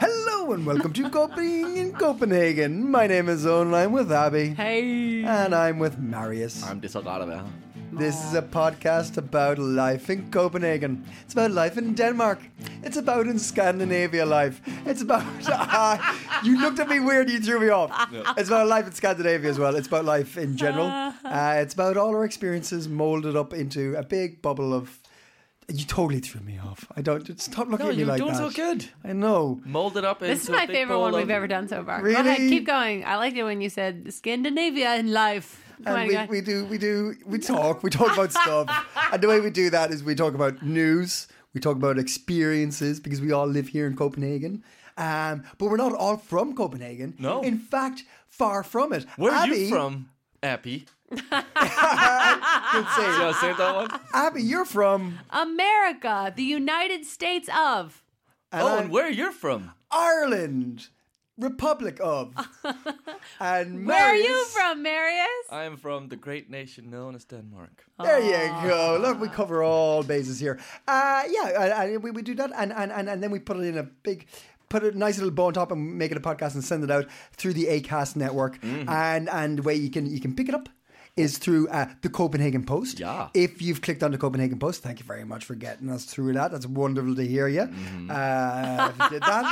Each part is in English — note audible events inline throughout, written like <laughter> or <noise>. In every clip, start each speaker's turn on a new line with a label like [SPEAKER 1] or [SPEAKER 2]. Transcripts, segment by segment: [SPEAKER 1] Hello and welcome to Coping in Copenhagen. My name is Owen. I'm with Abby.
[SPEAKER 2] Hey.
[SPEAKER 1] And I'm with Marius.
[SPEAKER 3] I'm disallowed about.
[SPEAKER 1] This is a podcast about life in Copenhagen. It's about life in Denmark. It's about in Scandinavia life. It's about. <laughs> Ah, you looked at me weird, you threw me off. It's about life in Scandinavia as well. It's about life in general. Uh, it's about all our experiences molded up into a big bubble of. You totally threw me off. I don't. Stop looking
[SPEAKER 3] No,
[SPEAKER 1] at me
[SPEAKER 3] you're
[SPEAKER 1] like
[SPEAKER 3] doing
[SPEAKER 1] that.
[SPEAKER 3] so good.
[SPEAKER 1] I know.
[SPEAKER 3] Mold it up.
[SPEAKER 2] This is
[SPEAKER 3] into a
[SPEAKER 2] my
[SPEAKER 3] big
[SPEAKER 2] favorite
[SPEAKER 3] bowl
[SPEAKER 2] one
[SPEAKER 3] of-
[SPEAKER 2] we've ever done so far.
[SPEAKER 1] Really?
[SPEAKER 2] Go ahead, keep going. I liked it when you said Scandinavia and life. Come on,
[SPEAKER 1] and we,
[SPEAKER 2] go.
[SPEAKER 1] we do we do we talk we talk about stuff and the way we do that is we talk about news we talk about experiences because we all live here in copenhagen um, but we're not all from copenhagen
[SPEAKER 3] No.
[SPEAKER 1] in fact far from it
[SPEAKER 3] Where are
[SPEAKER 1] abby,
[SPEAKER 3] you from, Appy?
[SPEAKER 1] could
[SPEAKER 3] Did <laughs>
[SPEAKER 2] Ah,
[SPEAKER 1] say,
[SPEAKER 3] I save that one?
[SPEAKER 1] abby you're from
[SPEAKER 2] America, the United States of.
[SPEAKER 3] oh,
[SPEAKER 1] I'm-
[SPEAKER 3] and where you're from?
[SPEAKER 1] ireland republic of
[SPEAKER 2] <laughs>
[SPEAKER 1] and
[SPEAKER 2] Where are you
[SPEAKER 1] Marius- Uh,
[SPEAKER 2] from, Marius?
[SPEAKER 3] I am from the great nation known as Denmark.
[SPEAKER 1] There you go. Look, we cover all bases here. Uh, yeah, and, and we, we do that, and, and, and, and then we put it in a big, put a nice little bow on top, and make it a podcast and send it out through the Acast network. And and the way you can you can pick it up is through uh, the Copenhagen Post.
[SPEAKER 3] Yeah.
[SPEAKER 1] If you've clicked on the Copenhagen Post, thank you very much for getting us through that. That's wonderful to hear you. Uh, if you did that.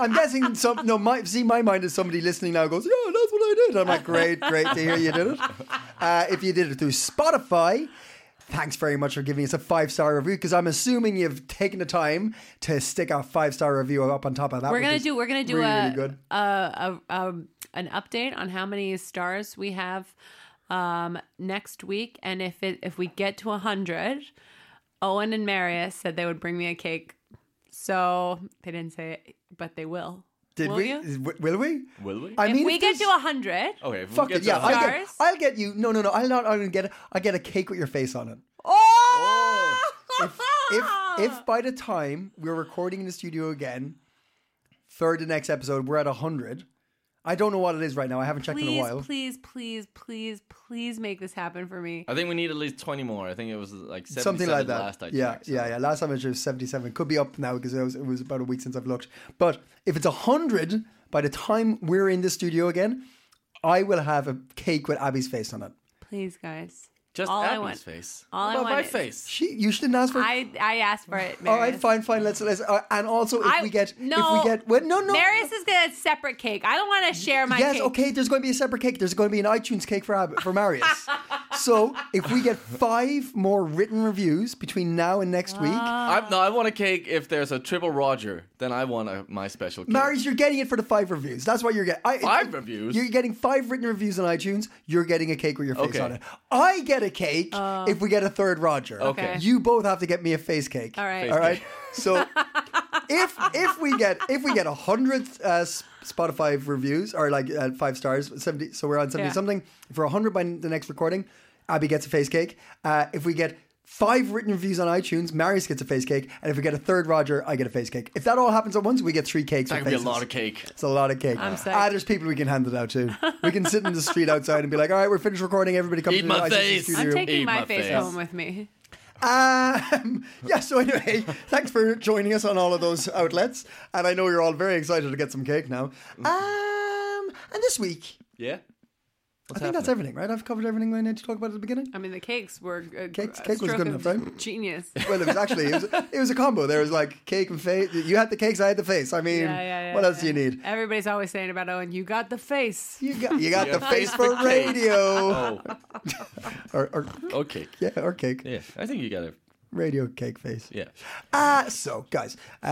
[SPEAKER 1] I'm guessing some. No, my see, my mind is somebody listening now goes, yeah, that's what I did. I'm like, great, great to hear you did it. Uh, if you did it through Spotify. Thanks very much for giving us a five star review because I'm assuming you've taken the time to stick a five star review up on top of that.
[SPEAKER 2] We're
[SPEAKER 1] which
[SPEAKER 2] gonna
[SPEAKER 1] is
[SPEAKER 2] do. We're gonna do
[SPEAKER 1] really,
[SPEAKER 2] a,
[SPEAKER 1] really good.
[SPEAKER 2] a, a, um, an update on how many stars we have um, next week, and if it if we get to hundred, Owen and Marius said they would bring me a cake. So they didn't say it, but they will.
[SPEAKER 1] Did
[SPEAKER 2] will
[SPEAKER 1] we?
[SPEAKER 2] you?
[SPEAKER 1] Is- w- Will we?
[SPEAKER 3] Will we?
[SPEAKER 1] I
[SPEAKER 2] if
[SPEAKER 1] mean,
[SPEAKER 2] we
[SPEAKER 1] if
[SPEAKER 2] get to
[SPEAKER 1] there's- Oh.
[SPEAKER 2] hundred,
[SPEAKER 3] okay, if we
[SPEAKER 1] Fuck
[SPEAKER 3] get
[SPEAKER 1] it,
[SPEAKER 3] to
[SPEAKER 1] yeah, I'll
[SPEAKER 3] that-
[SPEAKER 1] get,
[SPEAKER 2] Stars?
[SPEAKER 1] I'll get you. No, no, no, I'll not. I'm gonna get. it. I'll get a cake with your face on it.
[SPEAKER 3] Oh,
[SPEAKER 1] If, if,
[SPEAKER 2] Ah!
[SPEAKER 1] if by the time we're recording in the studio again, third the next episode, we're at hundred. I don't know what it is right now. I haven't checked in a
[SPEAKER 2] please,
[SPEAKER 1] while.
[SPEAKER 2] please, please, please, please make this happen for me.
[SPEAKER 1] Uh,
[SPEAKER 3] I think we need at least twenty more. I think it was like
[SPEAKER 1] Something like
[SPEAKER 3] 77
[SPEAKER 1] that.
[SPEAKER 3] Last I
[SPEAKER 1] yeah,
[SPEAKER 3] checked, so-
[SPEAKER 1] yeah, yeah. Last time I checked, it was seventy-seven. Could be up now because it was, it was about a week since I've looked. But if it's hundred by the time we're in the studio again, I will have a cake with Abby's face on it.
[SPEAKER 2] Please, guys.
[SPEAKER 3] Just
[SPEAKER 2] All I
[SPEAKER 3] Abby's
[SPEAKER 2] want-
[SPEAKER 3] face.
[SPEAKER 2] all I
[SPEAKER 3] What about
[SPEAKER 2] want
[SPEAKER 3] my
[SPEAKER 2] is-
[SPEAKER 3] face.
[SPEAKER 1] She, you shouldn't ask for.
[SPEAKER 2] I I asked for
[SPEAKER 1] <laughs>
[SPEAKER 2] it.
[SPEAKER 1] All right,
[SPEAKER 2] Marius.
[SPEAKER 1] fine, fine. Let's let's. Uh, and also, if
[SPEAKER 2] I-
[SPEAKER 1] we get,
[SPEAKER 2] no,
[SPEAKER 1] if we get, well, no, no.
[SPEAKER 2] Marius is gonna have separate cake. I don't want to share my
[SPEAKER 1] yes,
[SPEAKER 2] cake.
[SPEAKER 1] okay. There's going to be a separate cake. There's going to be an iTunes cake for Ab- for Marius.
[SPEAKER 2] <laughs>
[SPEAKER 1] so if we get five more written reviews between now and next week,
[SPEAKER 3] I'm, no, I want a cake. If there's a triple Roger, then I want a, my special cake.
[SPEAKER 1] Marius, you're getting it for the five reviews. That's what you're getting. I,
[SPEAKER 3] Five reviews?
[SPEAKER 1] You're getting five written reviews on iTunes. You're getting a cake with your face
[SPEAKER 3] Okay.
[SPEAKER 1] on it. I get a cake
[SPEAKER 2] Oh.
[SPEAKER 1] if we get a third Roger.
[SPEAKER 3] Okay. Okay.
[SPEAKER 1] You both have to get me a face cake.
[SPEAKER 2] All right. Face
[SPEAKER 1] All right. <laughs>
[SPEAKER 2] <laughs>
[SPEAKER 1] So if if we get if we get a hundred uh, S- Spotify reviews or like uh, five stars, seventy. So we're on seventy
[SPEAKER 2] Yeah.
[SPEAKER 1] something. If we're hundred by the next recording, Abby gets a face cake. Uh, if we get Five written reviews on iTunes. Marius gets a face cake, and if we get a third Roger, I get a face cake. If that all happens at once, we get three cakes.
[SPEAKER 3] That
[SPEAKER 1] with
[SPEAKER 3] could be a
[SPEAKER 1] faces.
[SPEAKER 3] lot of cake.
[SPEAKER 1] It's a lot of cake.
[SPEAKER 2] I'm psyched.
[SPEAKER 1] Ah, there's people we can hand it out to. We can sit in the street outside and be like, all right, we're finished recording. Everybody come
[SPEAKER 3] Eat
[SPEAKER 1] to the ICC
[SPEAKER 3] my face.
[SPEAKER 1] studio
[SPEAKER 2] I'm
[SPEAKER 1] room."
[SPEAKER 2] taking
[SPEAKER 3] Eat
[SPEAKER 2] my,
[SPEAKER 3] my
[SPEAKER 2] face,
[SPEAKER 3] face.
[SPEAKER 2] home with me.
[SPEAKER 1] Um, <laughs> yeah, so anyway, thanks for joining us on all of those outlets. And I know you're all very excited to get some cake now. Um, and this week,
[SPEAKER 3] Yeah.
[SPEAKER 1] I think that's everything, right? I've covered everything I need to talk about at the beginning.
[SPEAKER 2] I mean, the cakes were a,
[SPEAKER 1] Cakes-
[SPEAKER 2] a
[SPEAKER 1] cake was
[SPEAKER 2] stroke
[SPEAKER 1] good
[SPEAKER 2] of
[SPEAKER 1] enough, right? <laughs>
[SPEAKER 2] Genius.
[SPEAKER 1] Well, it was actually, it was, it was a combo. There was like cake and face. You had the cakes, I had the face. I mean,
[SPEAKER 2] Yeah, yeah, yeah,
[SPEAKER 1] what else do
[SPEAKER 2] yeah.
[SPEAKER 1] you need?
[SPEAKER 2] Everybody's always saying about Owen, you got the face.
[SPEAKER 1] You got, you got
[SPEAKER 3] Yeah,
[SPEAKER 1] the face
[SPEAKER 3] face
[SPEAKER 1] for
[SPEAKER 3] the cake.
[SPEAKER 1] radio.
[SPEAKER 3] Oh,
[SPEAKER 1] Or, or,
[SPEAKER 3] okay.
[SPEAKER 1] yeah, or cake.
[SPEAKER 3] Yeah, I think you got it.
[SPEAKER 1] Radio cake face.
[SPEAKER 3] Yeah.
[SPEAKER 1] Uh, so guys, uh,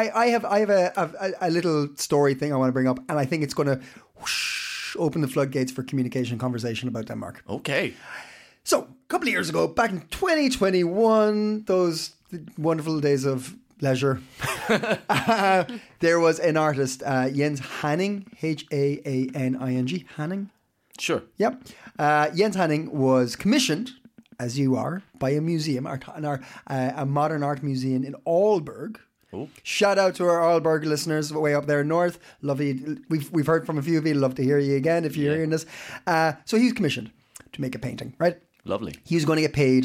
[SPEAKER 1] I, I have I have a, a, a little story thing I want to bring up, and I think it's going to whoosh, open the floodgates for communication and conversation about Denmark.
[SPEAKER 3] Okay.
[SPEAKER 1] So a couple of years ago, back in 2021, those the wonderful days of leisure, <laughs> uh, there was an artist, uh, Jens Hanning, H A A N I N G, Hanning.
[SPEAKER 3] Sure.
[SPEAKER 1] Yep. Uh, Jens Hanning was commissioned, as you are, by a museum, art, an art, uh, a modern art museum in Aalborg. Shout out to our Aalborg listeners way up there north. Lovely. We've, we've heard from a few of you. Love to hear you again if you're hearing this. Uh, so he was commissioned to make a painting, right?
[SPEAKER 3] Lovely.
[SPEAKER 1] He was going to get paid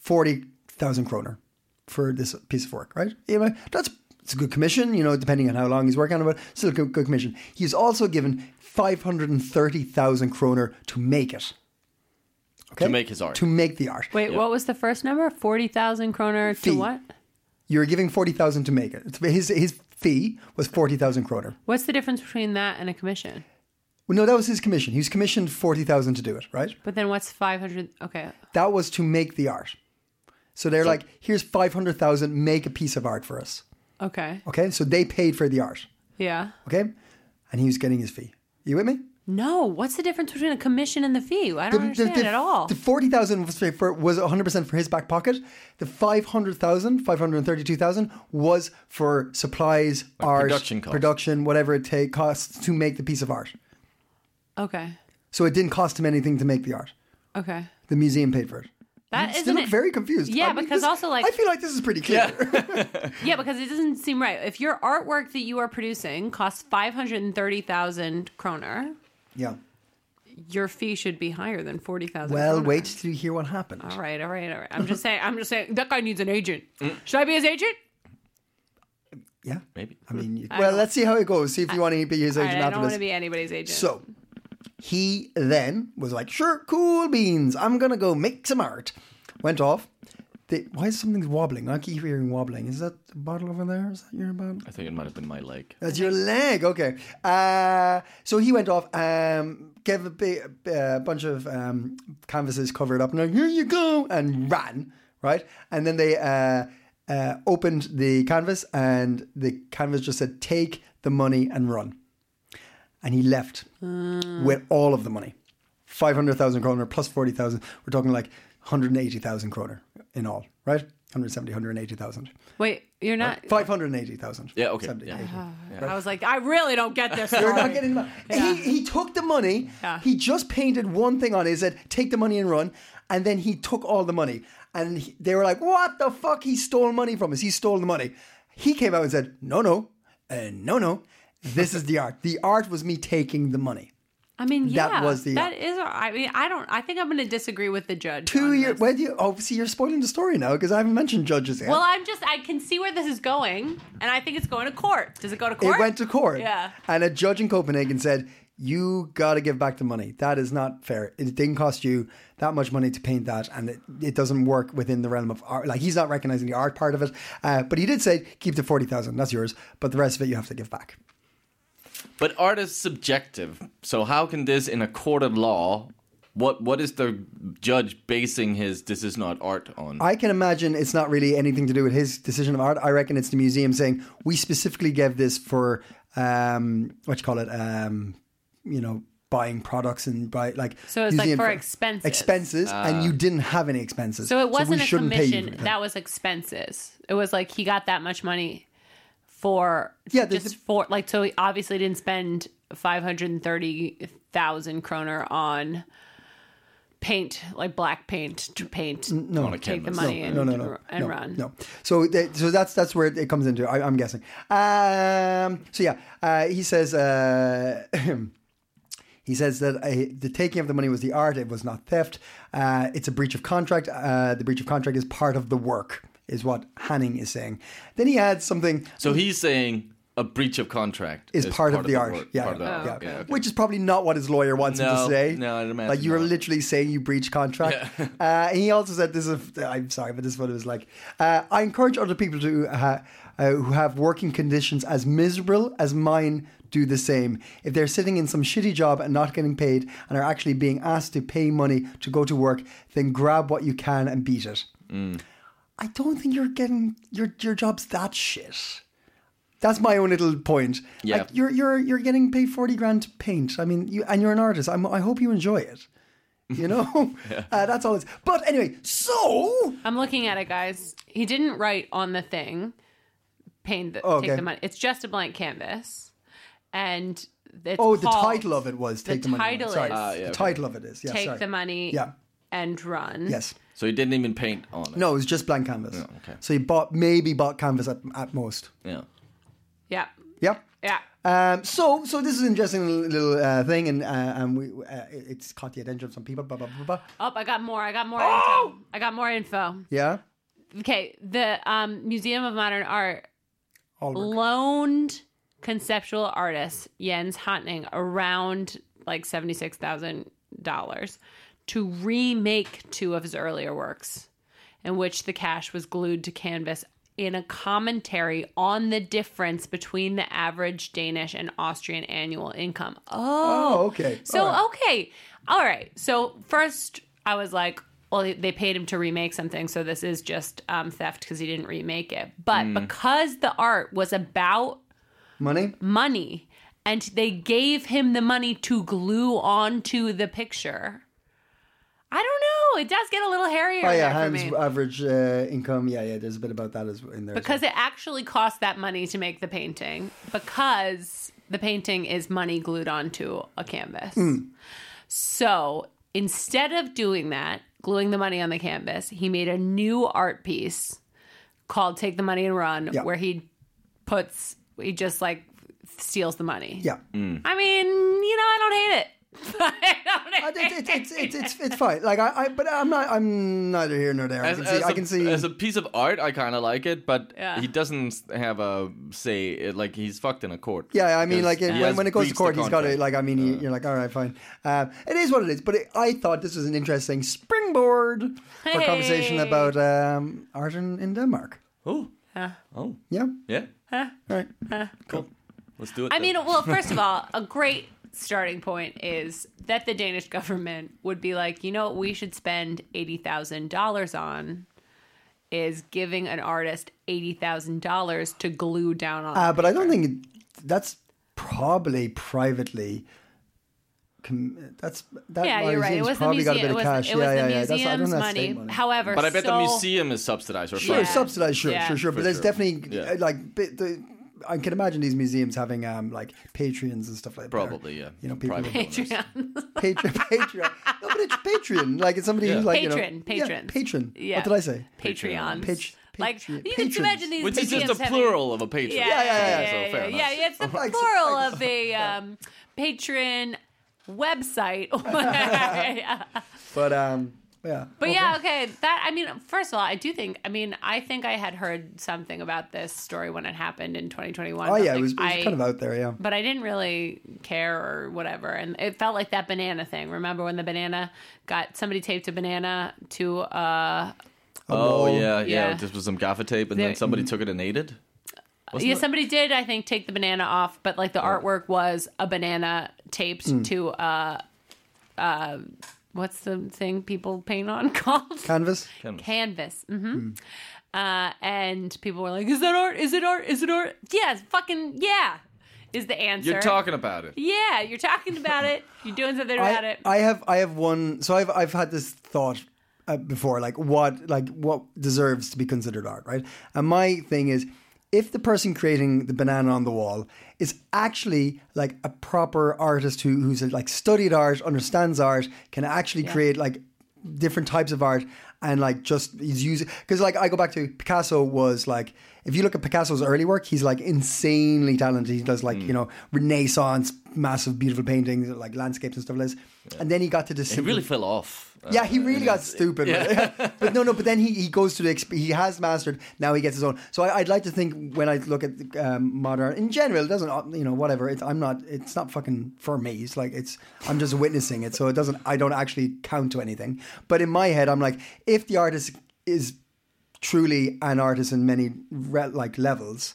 [SPEAKER 1] 40,000 kroner for this piece of work, right? You know, that's it's a good commission, you know, depending on how long he's working on it, but still a good, good commission. He's also given 530,000 kroner to make it. Okay?
[SPEAKER 3] To make his art.
[SPEAKER 1] To make the art.
[SPEAKER 2] Wait, what was the first number? 40,000 kroner to
[SPEAKER 1] Fee.
[SPEAKER 2] what?
[SPEAKER 1] You're giving 40,000 to make it. His, his fee was 40,000 kroner.
[SPEAKER 2] What's the difference between that and a commission?
[SPEAKER 1] Well, no, that was his commission. He was commissioned 40,000 to do it, right?
[SPEAKER 2] But then what's 500? Okay.
[SPEAKER 1] That was to make the art. So they're like, here's 500,000, make a piece of art for us.
[SPEAKER 2] Okay.
[SPEAKER 1] Okay, so they paid for the art.
[SPEAKER 2] Yeah.
[SPEAKER 1] Okay, and he was getting his fee. You with me?
[SPEAKER 2] No, what's the difference between a commission and the fee? I don't understand
[SPEAKER 1] the,
[SPEAKER 2] Oh, at all.
[SPEAKER 1] The forty thousand was for, was one hundred percent for his back pocket. The 500,000, 532,000 was for supplies, art,
[SPEAKER 3] production cost.
[SPEAKER 1] production, whatever it take costs to make the piece of art.
[SPEAKER 2] okay.
[SPEAKER 1] So it didn't cost him anything to make the art.
[SPEAKER 2] Okay.
[SPEAKER 1] The museum paid for it.
[SPEAKER 2] That
[SPEAKER 1] They
[SPEAKER 2] isn't
[SPEAKER 1] look
[SPEAKER 2] it-
[SPEAKER 1] very confused.
[SPEAKER 2] Yeah,
[SPEAKER 1] I mean,
[SPEAKER 2] because
[SPEAKER 1] this-
[SPEAKER 2] also like
[SPEAKER 1] I feel like this is pretty clear.
[SPEAKER 2] yeah, because it doesn't seem right. If your artwork that you are producing costs 530,000 kroner,
[SPEAKER 1] <laughs> Yeah.
[SPEAKER 2] your fee should be higher than 40,000.
[SPEAKER 1] Well,
[SPEAKER 2] kroner.
[SPEAKER 1] wait till you hear what happened.
[SPEAKER 2] All right, all right, all right. I'm just saying I'm just saying that guy needs an agent. Should I be his agent?
[SPEAKER 1] Yeah.
[SPEAKER 3] Maybe.
[SPEAKER 1] I mean, you- well, let's see how it goes. See if you want to be his
[SPEAKER 2] All
[SPEAKER 1] agent
[SPEAKER 2] right,
[SPEAKER 1] after
[SPEAKER 2] I don't
[SPEAKER 1] this.
[SPEAKER 2] want to be anybody's agent.
[SPEAKER 1] So he then was like, sure, cool beans. I'm going to go make some art. Went off. They, why is something wobbling? I keep hearing wobbling. Is that the bottle over there? Is that your bottle?
[SPEAKER 3] I think it might have been my leg.
[SPEAKER 1] That's your leg. Okay. Uh, so he went off, um, gave a big, uh, bunch of um, canvases covered up, and like, here you go, and ran, right? And then they uh, uh, opened the canvas, and the canvas just said, take the money and run. And he left with all of the money 500,000 kroner plus 40,000. We're talking like 180,000 kroner in all, right? 170, 180,000.
[SPEAKER 2] Wait, you're not
[SPEAKER 1] 580,000.
[SPEAKER 3] Yeah, okay,
[SPEAKER 1] 70,
[SPEAKER 3] yeah.
[SPEAKER 1] 80.
[SPEAKER 2] I was like, I really don't get this.
[SPEAKER 1] uh, You're not
[SPEAKER 2] story.
[SPEAKER 1] getting the money. He, he took the money. He just painted one thing on it. He said, take the money and run. And then he took all the money. And he- they were like, what the fuck? He stole money from us. He stole the money. He came out and said, no, no, uh, no, no. This is the art. The art was me taking the money.
[SPEAKER 2] I mean, yeah,
[SPEAKER 1] That was the-
[SPEAKER 2] that is. I mean, I don't. I think I'm going to disagree with the judge.
[SPEAKER 1] Two
[SPEAKER 2] on
[SPEAKER 1] years.
[SPEAKER 2] this.
[SPEAKER 1] Well, you, oh, see, you're spoiling the story now because I haven't mentioned judges yet.
[SPEAKER 2] Well, I'm just. I can see where this is going, and I think it's going to court. Does it go to court?
[SPEAKER 1] It went to court.
[SPEAKER 2] Yeah.
[SPEAKER 1] And a judge in Copenhagen said, You got to give back the money. That is not fair. It didn't cost you that much money to paint that, and it, it doesn't work within the realm of art. Like, he's not recognizing the art part of it. Uh, but he did say, Keep the 40,000, that's yours, but the rest of it you have to give back.
[SPEAKER 3] But art is subjective. So how can this, in a court of law, what what is the judge basing his "this is not art" on?
[SPEAKER 1] I can imagine it's not really anything to do with his decision of art. I reckon it's the museum saying, We specifically gave this for, um, what you call it, um, you know, buying products and buy like
[SPEAKER 2] So it's like
[SPEAKER 1] museum
[SPEAKER 2] for expenses. Ah.
[SPEAKER 1] expenses and you didn't have any expenses
[SPEAKER 2] so it wasn't
[SPEAKER 1] we
[SPEAKER 2] a
[SPEAKER 1] shouldn't pay you
[SPEAKER 2] commission.
[SPEAKER 1] for that.
[SPEAKER 2] That was expenses. It was like he got that much money for
[SPEAKER 1] Yeah, the-
[SPEAKER 2] just for like so he obviously didn't spend five hundred and thirty thousand kroner on paint like black paint to paint no
[SPEAKER 3] on a
[SPEAKER 2] take the
[SPEAKER 3] canvas.
[SPEAKER 2] money and,
[SPEAKER 1] no, no, no,
[SPEAKER 2] and
[SPEAKER 1] no,
[SPEAKER 2] run
[SPEAKER 1] No, so that, so that's that's where it comes into. I, I'm guessing. Um, so yeah, uh, he says uh, <clears throat> he says that uh, the taking of the money was the art. It was not theft. Uh, it's a breach of contract. Uh, the breach of contract is part of the work, is what Hanning is saying. Then he adds something
[SPEAKER 3] so he's saying a breach of contract
[SPEAKER 1] is, part, of the art.
[SPEAKER 3] work-
[SPEAKER 1] yeah,
[SPEAKER 3] part of the
[SPEAKER 1] yeah. Oh,
[SPEAKER 3] work. Yeah, okay.
[SPEAKER 1] which is probably not what his lawyer wants him to
[SPEAKER 3] No,
[SPEAKER 1] say.
[SPEAKER 3] no, I'd imagine
[SPEAKER 1] Like you were
[SPEAKER 3] not.
[SPEAKER 1] literally saying you breach contract.
[SPEAKER 3] <laughs>
[SPEAKER 1] uh, he also said this is. I'm sorry, but this one was like, uh, I encourage other people to uh, uh, who have working conditions as miserable as mine do the same. If they're sitting in some shitty job and not getting paid, and are actually being asked to pay money to go to work, then grab what you can and beat it. I don't think you're getting your your job's that shit. That's my own little point.
[SPEAKER 3] Yeah.
[SPEAKER 1] Like you're you're you're getting paid forty grand to paint. I mean, you and you're an artist. I'm, I hope you enjoy it. You
[SPEAKER 3] <laughs>
[SPEAKER 1] know, <laughs> uh, that's all it's. But anyway, so
[SPEAKER 2] I'm looking at it, guys. He didn't write on the thing, paint the,
[SPEAKER 1] Oh, okay.
[SPEAKER 2] take the money. It's just a blank canvas. And it's
[SPEAKER 1] oh, the
[SPEAKER 2] called
[SPEAKER 1] title of it was
[SPEAKER 2] The
[SPEAKER 1] take the, money. Run."
[SPEAKER 2] title
[SPEAKER 1] Sorry,
[SPEAKER 2] is- Ah,
[SPEAKER 3] yeah,
[SPEAKER 1] the
[SPEAKER 3] okay.
[SPEAKER 1] title of it is yeah,
[SPEAKER 2] Take
[SPEAKER 1] sorry.
[SPEAKER 2] the Money Mm-hmm.
[SPEAKER 1] Yeah,
[SPEAKER 2] and Run.
[SPEAKER 1] yes.
[SPEAKER 3] So he didn't even paint on it.
[SPEAKER 1] No, it was just blank canvas.
[SPEAKER 3] Oh, okay.
[SPEAKER 1] So you bought maybe bought canvas at, at most.
[SPEAKER 3] Yeah.
[SPEAKER 2] Yeah.
[SPEAKER 1] Yep.
[SPEAKER 2] Yeah.
[SPEAKER 1] Um, so, so this is an interesting little, little uh, thing, and uh, and we uh, it- it's caught the attention of some people. Blah, blah, blah, blah.
[SPEAKER 2] Oh, I got more. I got more
[SPEAKER 1] Oh!
[SPEAKER 2] info. I got more info.
[SPEAKER 1] Yeah,
[SPEAKER 2] Okay. The um, Museum of Modern Art
[SPEAKER 1] Hallmark.
[SPEAKER 2] loaned conceptual artist Jens Hotning around like $76,000 to remake two of his earlier works, in which the cash was glued to canvas in a commentary on the difference between the average Danish and Austrian annual income. Oh,
[SPEAKER 1] Oh, okay.
[SPEAKER 2] so
[SPEAKER 1] All right.
[SPEAKER 2] okay, all right. So first, I was like, well, they paid him to remake something, so this is just um, theft because he didn't remake it. But
[SPEAKER 1] Hmm.
[SPEAKER 2] because the art was about
[SPEAKER 1] money.
[SPEAKER 2] money, and they gave him the money to glue onto the picture. I don't know. It does get a little hairier.
[SPEAKER 1] Oh yeah,
[SPEAKER 2] there for
[SPEAKER 1] Hans
[SPEAKER 2] me.
[SPEAKER 1] average uh, income. Yeah, yeah. There's a bit about that as in there. as
[SPEAKER 2] Because it actually cost that money to make the painting, because the painting is money glued onto a canvas.
[SPEAKER 1] Hmm.
[SPEAKER 2] So instead of doing that, gluing the money on the canvas, he made a new art piece called Take the Money and Run,
[SPEAKER 1] Yeah.
[SPEAKER 2] where he puts, he just like steals the money.
[SPEAKER 1] well.
[SPEAKER 3] Mm.
[SPEAKER 1] yeah.
[SPEAKER 2] I mean, you know, I don't hate it. <laughs> I don't
[SPEAKER 1] I-
[SPEAKER 2] hate
[SPEAKER 1] it- it- it's, it's, it's, it's fine. Like I, I, but I'm not. I'm neither here nor there. I
[SPEAKER 3] As,
[SPEAKER 1] can
[SPEAKER 3] as
[SPEAKER 1] see. I
[SPEAKER 3] a-
[SPEAKER 1] can see.
[SPEAKER 3] as a piece of art, I kind of like it, but
[SPEAKER 2] Yeah.
[SPEAKER 3] he doesn't have a say. It, like he's fucked in a court.
[SPEAKER 1] Yeah, I mean,
[SPEAKER 3] Because
[SPEAKER 1] like
[SPEAKER 3] he
[SPEAKER 1] it, when,
[SPEAKER 3] has
[SPEAKER 1] when it goes to
[SPEAKER 3] breached
[SPEAKER 1] court,
[SPEAKER 3] the
[SPEAKER 1] he's got it. Like,
[SPEAKER 3] contract.
[SPEAKER 1] I mean, you- you're like, all right, fine. Um, it is what it is. But it, I thought this was an interesting springboard for a conversation
[SPEAKER 2] Hey.
[SPEAKER 1] about um, art in, in Denmark.
[SPEAKER 3] oh, oh,
[SPEAKER 1] Yeah,
[SPEAKER 3] yeah,
[SPEAKER 1] all right.
[SPEAKER 3] cool. Let's do it.
[SPEAKER 2] I
[SPEAKER 3] then.
[SPEAKER 2] mean, well,
[SPEAKER 1] <laughs>
[SPEAKER 2] first of all, a great starting point is that the Danish government would be like, you know what, we should spend $80,000 on is giving an artist $80,000 to glue down on.
[SPEAKER 1] Uh, but I don't think it, that's probably privately. Com- that's that
[SPEAKER 2] yeah, you're right. It
[SPEAKER 1] museum's
[SPEAKER 2] was the
[SPEAKER 1] probably
[SPEAKER 2] museum.
[SPEAKER 1] got a bit
[SPEAKER 2] It
[SPEAKER 1] of
[SPEAKER 2] was,
[SPEAKER 1] cash.
[SPEAKER 2] it was
[SPEAKER 1] yeah,
[SPEAKER 2] the
[SPEAKER 1] yeah, yeah. That's, I don't know
[SPEAKER 2] museum's
[SPEAKER 1] if that's
[SPEAKER 2] money.
[SPEAKER 1] state money.
[SPEAKER 2] However,
[SPEAKER 3] but I bet
[SPEAKER 2] so,
[SPEAKER 3] the
[SPEAKER 2] <laughs>
[SPEAKER 3] museum is subsidized or
[SPEAKER 1] Sure,
[SPEAKER 3] something.
[SPEAKER 2] Yeah.
[SPEAKER 1] subsidized, sure,
[SPEAKER 2] Yeah.
[SPEAKER 1] sure, sure. But
[SPEAKER 3] For
[SPEAKER 1] there's
[SPEAKER 3] sure.
[SPEAKER 1] definitely
[SPEAKER 3] Yeah.
[SPEAKER 1] uh, like bit the, I can imagine these museums having um like Patreons and stuff like that.
[SPEAKER 3] Probably, yeah.
[SPEAKER 1] You know, people <laughs>
[SPEAKER 3] Private
[SPEAKER 1] with
[SPEAKER 3] owners.
[SPEAKER 1] Patreon, Patreon. No, but it's Patreon. Like it's somebody who's like you know,
[SPEAKER 2] Patron,
[SPEAKER 1] yeah,
[SPEAKER 2] patrons.
[SPEAKER 1] patron.
[SPEAKER 2] Yeah.
[SPEAKER 1] What did I say?
[SPEAKER 2] Patreons.
[SPEAKER 1] Patr-
[SPEAKER 2] like,
[SPEAKER 1] patron-
[SPEAKER 2] you can
[SPEAKER 1] patrons.
[SPEAKER 2] imagine these
[SPEAKER 3] Which is just
[SPEAKER 2] museums
[SPEAKER 3] a
[SPEAKER 2] having-
[SPEAKER 3] plural of a patron.
[SPEAKER 2] Yeah, yeah, yeah. Yeah,
[SPEAKER 3] so
[SPEAKER 2] yeah,
[SPEAKER 3] fair
[SPEAKER 2] yeah,
[SPEAKER 3] enough.
[SPEAKER 2] yeah, it's the
[SPEAKER 1] Thanks,
[SPEAKER 2] plural of
[SPEAKER 1] <laughs>
[SPEAKER 2] a um, patron website.
[SPEAKER 1] <laughs>
[SPEAKER 2] <laughs> Yeah.
[SPEAKER 1] But um, yeah.
[SPEAKER 2] But yeah, okay. That I mean, first of all, I do think. I mean, I think I had heard something about this story when it happened in 2021.
[SPEAKER 1] Oh
[SPEAKER 2] but,
[SPEAKER 1] yeah, it
[SPEAKER 2] like,
[SPEAKER 1] was, it was
[SPEAKER 2] I-
[SPEAKER 1] kind of out there. Yeah.
[SPEAKER 2] But I didn't really care or whatever, and it felt like that banana thing. Remember when the banana got somebody taped a banana to uh
[SPEAKER 3] Oh yeah, yeah.
[SPEAKER 2] Yeah.
[SPEAKER 3] Just with some gaffer tape, and
[SPEAKER 2] There-
[SPEAKER 3] then somebody took it and ate it.
[SPEAKER 2] yeah somebody did I think take the banana off, but like the artwork was a banana taped
[SPEAKER 1] Hmm.
[SPEAKER 2] to uh uh what's the thing people paint on <laughs> called
[SPEAKER 1] Canvas.
[SPEAKER 2] canvas. hmm Uh, and people were like, "Is that art? Is it art? Is it art?" Yes, fucking yeah, is the answer.
[SPEAKER 3] You're talking about it.
[SPEAKER 2] Yeah, you're talking about it. You're doing something about
[SPEAKER 1] I,
[SPEAKER 2] it.
[SPEAKER 1] I have I have one. So I've I've had this thought uh, before, like what like what deserves to be considered art, right? And my thing is, if the person creating the banana on the wall is actually like a proper artist who who's like studied art, understands art, can actually create like different types of art and like just he's using because like I go back to Picasso was like if you look at Picasso's early work he's like insanely talented he does like
[SPEAKER 3] Mm.
[SPEAKER 1] you know Renaissance massive beautiful paintings like landscapes and stuff like this and then he got to this
[SPEAKER 3] It really fell off. Uh,
[SPEAKER 1] yeah, he really got stupid. But, <laughs> but no, no. But then he, he goes to the exp- he has mastered. Now he gets his own. So I, I'd like to think when I look at um, modern art in general, it doesn't you know whatever. It's I'm not. It's not fucking for me. It's like it's I'm just witnessing it. So it doesn't. I don't actually count to anything. But in my head, I'm like, if the artist is truly an artist in many re- like levels,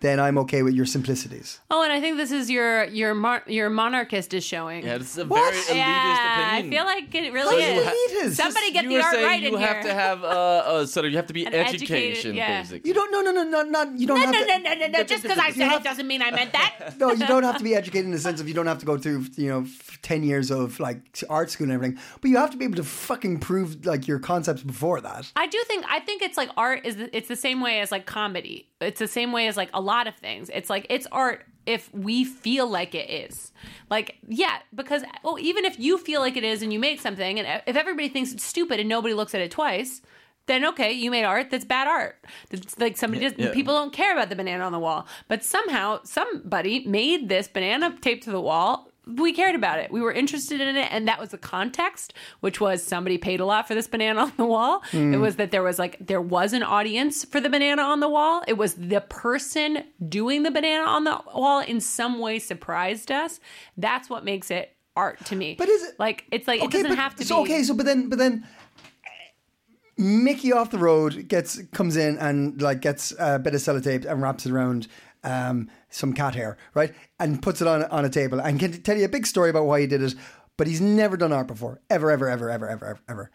[SPEAKER 1] then I'm okay with your simplicities.
[SPEAKER 2] Oh, and I think this is your your mar- your monarchist is showing.
[SPEAKER 3] Yeah, it's a
[SPEAKER 1] What?
[SPEAKER 3] very elitist
[SPEAKER 2] Yeah, I
[SPEAKER 3] opinion.
[SPEAKER 2] feel like it
[SPEAKER 3] So
[SPEAKER 2] really
[SPEAKER 3] you
[SPEAKER 2] is.
[SPEAKER 3] ha-
[SPEAKER 1] Elitist.
[SPEAKER 2] Somebody get
[SPEAKER 3] you
[SPEAKER 2] the
[SPEAKER 3] were
[SPEAKER 2] art
[SPEAKER 3] saying
[SPEAKER 2] right
[SPEAKER 3] you
[SPEAKER 2] in here.
[SPEAKER 3] have to have uh, uh, sort of you have to be
[SPEAKER 2] <laughs> An educated-
[SPEAKER 3] education
[SPEAKER 2] yeah.
[SPEAKER 3] basically.
[SPEAKER 1] You don't. No, no, no, no, not. You don't
[SPEAKER 2] no,
[SPEAKER 1] have
[SPEAKER 2] no,
[SPEAKER 1] to.
[SPEAKER 2] no, no, no, no. Just because I
[SPEAKER 1] You
[SPEAKER 2] said
[SPEAKER 1] have-
[SPEAKER 2] it doesn't mean I meant that.
[SPEAKER 1] No, you don't have to be educated in the sense of you don't have to go through, you know, f- 10 years of like art school and everything, but you have to be able to fucking prove like your concepts before that.
[SPEAKER 2] I do think I think it's like art is the, it's the same way as like comedy. It's the same way as like a lot of things. It's like it's art if we feel like it is. Like yeah, because oh, even if you feel like it is and you make something, and if everybody thinks it's stupid and nobody looks at it twice. Then okay, you made art that's bad art. It's like somebody just
[SPEAKER 3] yeah.
[SPEAKER 2] people don't care about the banana on the wall, but somehow somebody made this banana taped to the wall. We cared about it. We were interested in it, and that was the context, which was somebody paid a lot for this banana <laughs> on the wall.
[SPEAKER 1] Hmm.
[SPEAKER 2] It was that there was like there was an audience for the banana on the wall. It was the person doing the banana on the wall in some way surprised us. That's what makes it art to me.
[SPEAKER 1] But is it-
[SPEAKER 2] like it's like it doesn't
[SPEAKER 1] but,
[SPEAKER 2] have to
[SPEAKER 1] so,
[SPEAKER 2] be
[SPEAKER 1] Okay, so but then but then Mickey off the road gets comes in and like gets a bit of sellotape and wraps it around um, some cat hair, right? And puts it on on a table and can tell you a big story about why he did it, but he's never done art before. Ever, ever, ever, ever, ever, ever, ever.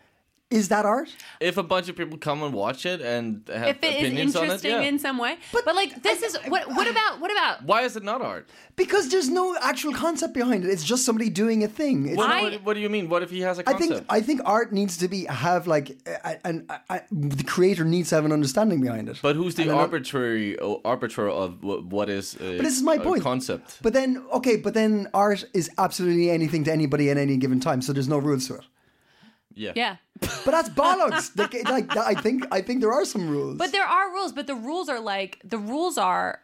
[SPEAKER 1] Is that art?
[SPEAKER 3] If a bunch of people come and watch it and have
[SPEAKER 2] if it is
[SPEAKER 3] opinions on it,
[SPEAKER 2] interesting
[SPEAKER 3] yeah.
[SPEAKER 2] in some way. But, like this is what what about what about
[SPEAKER 3] Why is it not art?
[SPEAKER 1] Because there's no actual concept behind it. It's just somebody doing a thing. It's
[SPEAKER 3] What,
[SPEAKER 2] I-
[SPEAKER 3] what, what do you mean? What if he has a
[SPEAKER 1] I
[SPEAKER 3] concept?
[SPEAKER 1] think I think art needs to be have like a- an a- a- the creator needs to have an understanding behind it.
[SPEAKER 3] but who's the
[SPEAKER 1] And an-
[SPEAKER 3] arbitrary o- arbiter of what, what is? A,
[SPEAKER 1] But this is my
[SPEAKER 3] a
[SPEAKER 1] point.
[SPEAKER 3] Concept.
[SPEAKER 1] But then, okay, but then art is absolutely anything to anybody at any given time, so there's no rules to it.
[SPEAKER 3] yeah.
[SPEAKER 2] yeah?
[SPEAKER 1] But that's bollocks. like, it- like, I think, I think there are some rules.
[SPEAKER 2] But there are rules, but the rules are like the rules are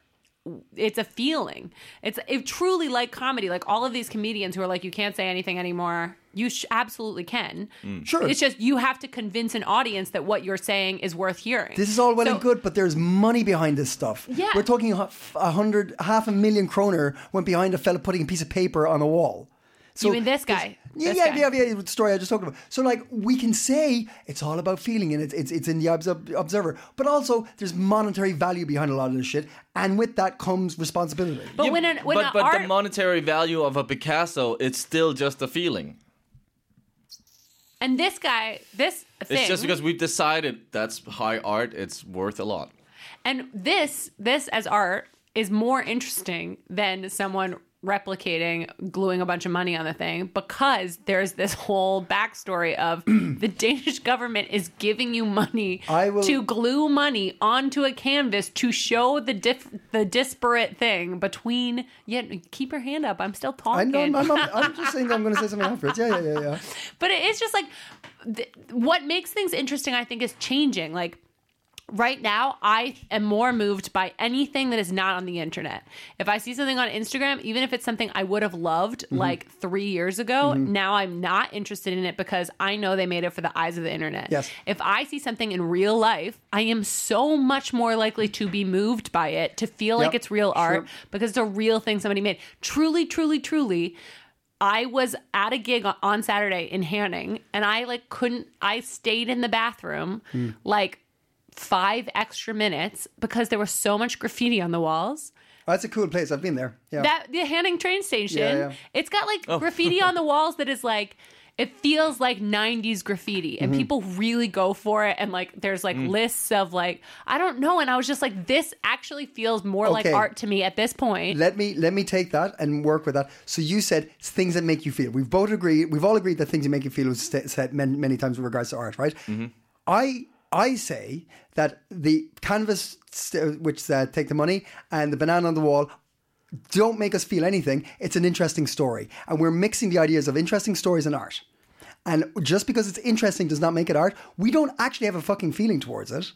[SPEAKER 2] it's a feeling. It's it truly like comedy. Like all of these comedians who are like you can't say anything anymore. You sh- absolutely can.
[SPEAKER 3] Mm.
[SPEAKER 1] Sure.
[SPEAKER 2] It's just you have to convince an audience that what you're saying is worth hearing.
[SPEAKER 1] this is all well
[SPEAKER 2] So-
[SPEAKER 1] and good, but there's money behind this stuff.
[SPEAKER 2] Yeah.
[SPEAKER 1] We're talking a hu- a hundred, half a million kroner went behind a fella putting a piece of paper on a wall. So
[SPEAKER 2] You mean this guy?
[SPEAKER 1] Yeah,
[SPEAKER 2] This
[SPEAKER 1] yeah,
[SPEAKER 2] guy.
[SPEAKER 1] yeah, yeah, the story I just talked about. So, like, we can say it's all about feeling and it's it's, it's in the obs- observer, but also there's monetary value behind a lot of this shit, and with that comes responsibility.
[SPEAKER 2] But when an when
[SPEAKER 3] but
[SPEAKER 2] an
[SPEAKER 3] but
[SPEAKER 2] art,
[SPEAKER 3] the monetary value of a Picasso, it's still just a feeling.
[SPEAKER 2] and this guy this thing
[SPEAKER 3] It's just because we've decided that's high art. It's worth a lot.
[SPEAKER 2] And this, this as art is more interesting than someone replicating, gluing a bunch of money on the thing because there's this whole backstory
[SPEAKER 1] <clears throat>
[SPEAKER 2] of the Danish government is giving you money
[SPEAKER 1] I will-
[SPEAKER 2] to glue money onto a canvas to show the diff, the disparate thing between. Yeah, keep your hand up. I'm still
[SPEAKER 1] I'm,
[SPEAKER 2] talking.
[SPEAKER 1] I'm, I'm, I'm
[SPEAKER 2] <laughs>
[SPEAKER 1] just saying that I'm going to say something afterwards. Yeah, yeah, yeah, yeah.
[SPEAKER 2] But it is just like th- what makes things interesting, I think, is changing. Like right now, I am more moved by anything that is not on the internet. If I see something on Instagram, even if it's something I would have loved like three years ago, now I'm not interested in it because I know they made it for the eyes of the internet.
[SPEAKER 1] Yes.
[SPEAKER 2] If I see something in real life, I am so much more likely to be moved by it, to feel like
[SPEAKER 1] Yep.
[SPEAKER 2] it's real art because it's a real thing somebody made. Truly, truly, truly. I was at a gig on- on Saturday in Hanning and I like couldn't I stayed in the bathroom
[SPEAKER 1] Hmm.
[SPEAKER 2] like 5 extra minutes because there was so much graffiti on the walls.
[SPEAKER 1] That's a cool place. I've been there. Yeah.
[SPEAKER 2] That the Hanning train station,
[SPEAKER 1] Yeah, yeah.
[SPEAKER 2] it's got like graffiti on the walls that is like it feels like 90s graffiti
[SPEAKER 1] Mm-hmm.
[SPEAKER 2] and people really go for it and like there's like lists of like I don't know and I was just like this actually feels more like
[SPEAKER 1] Okay.
[SPEAKER 2] art to me at this point.
[SPEAKER 1] let me let me take that and work with that. So you said it's things that make you feel. We've both agreed. We've all agreed that things that make you feel was st- said many, many times with regards to art, right? I I say that the canvas st- which uh, take the money and the banana on the wall don't make us feel anything. It's an interesting story, and we're mixing the ideas of interesting stories and art. And just because it's interesting does not make it art. We don't actually have a fucking feeling towards it.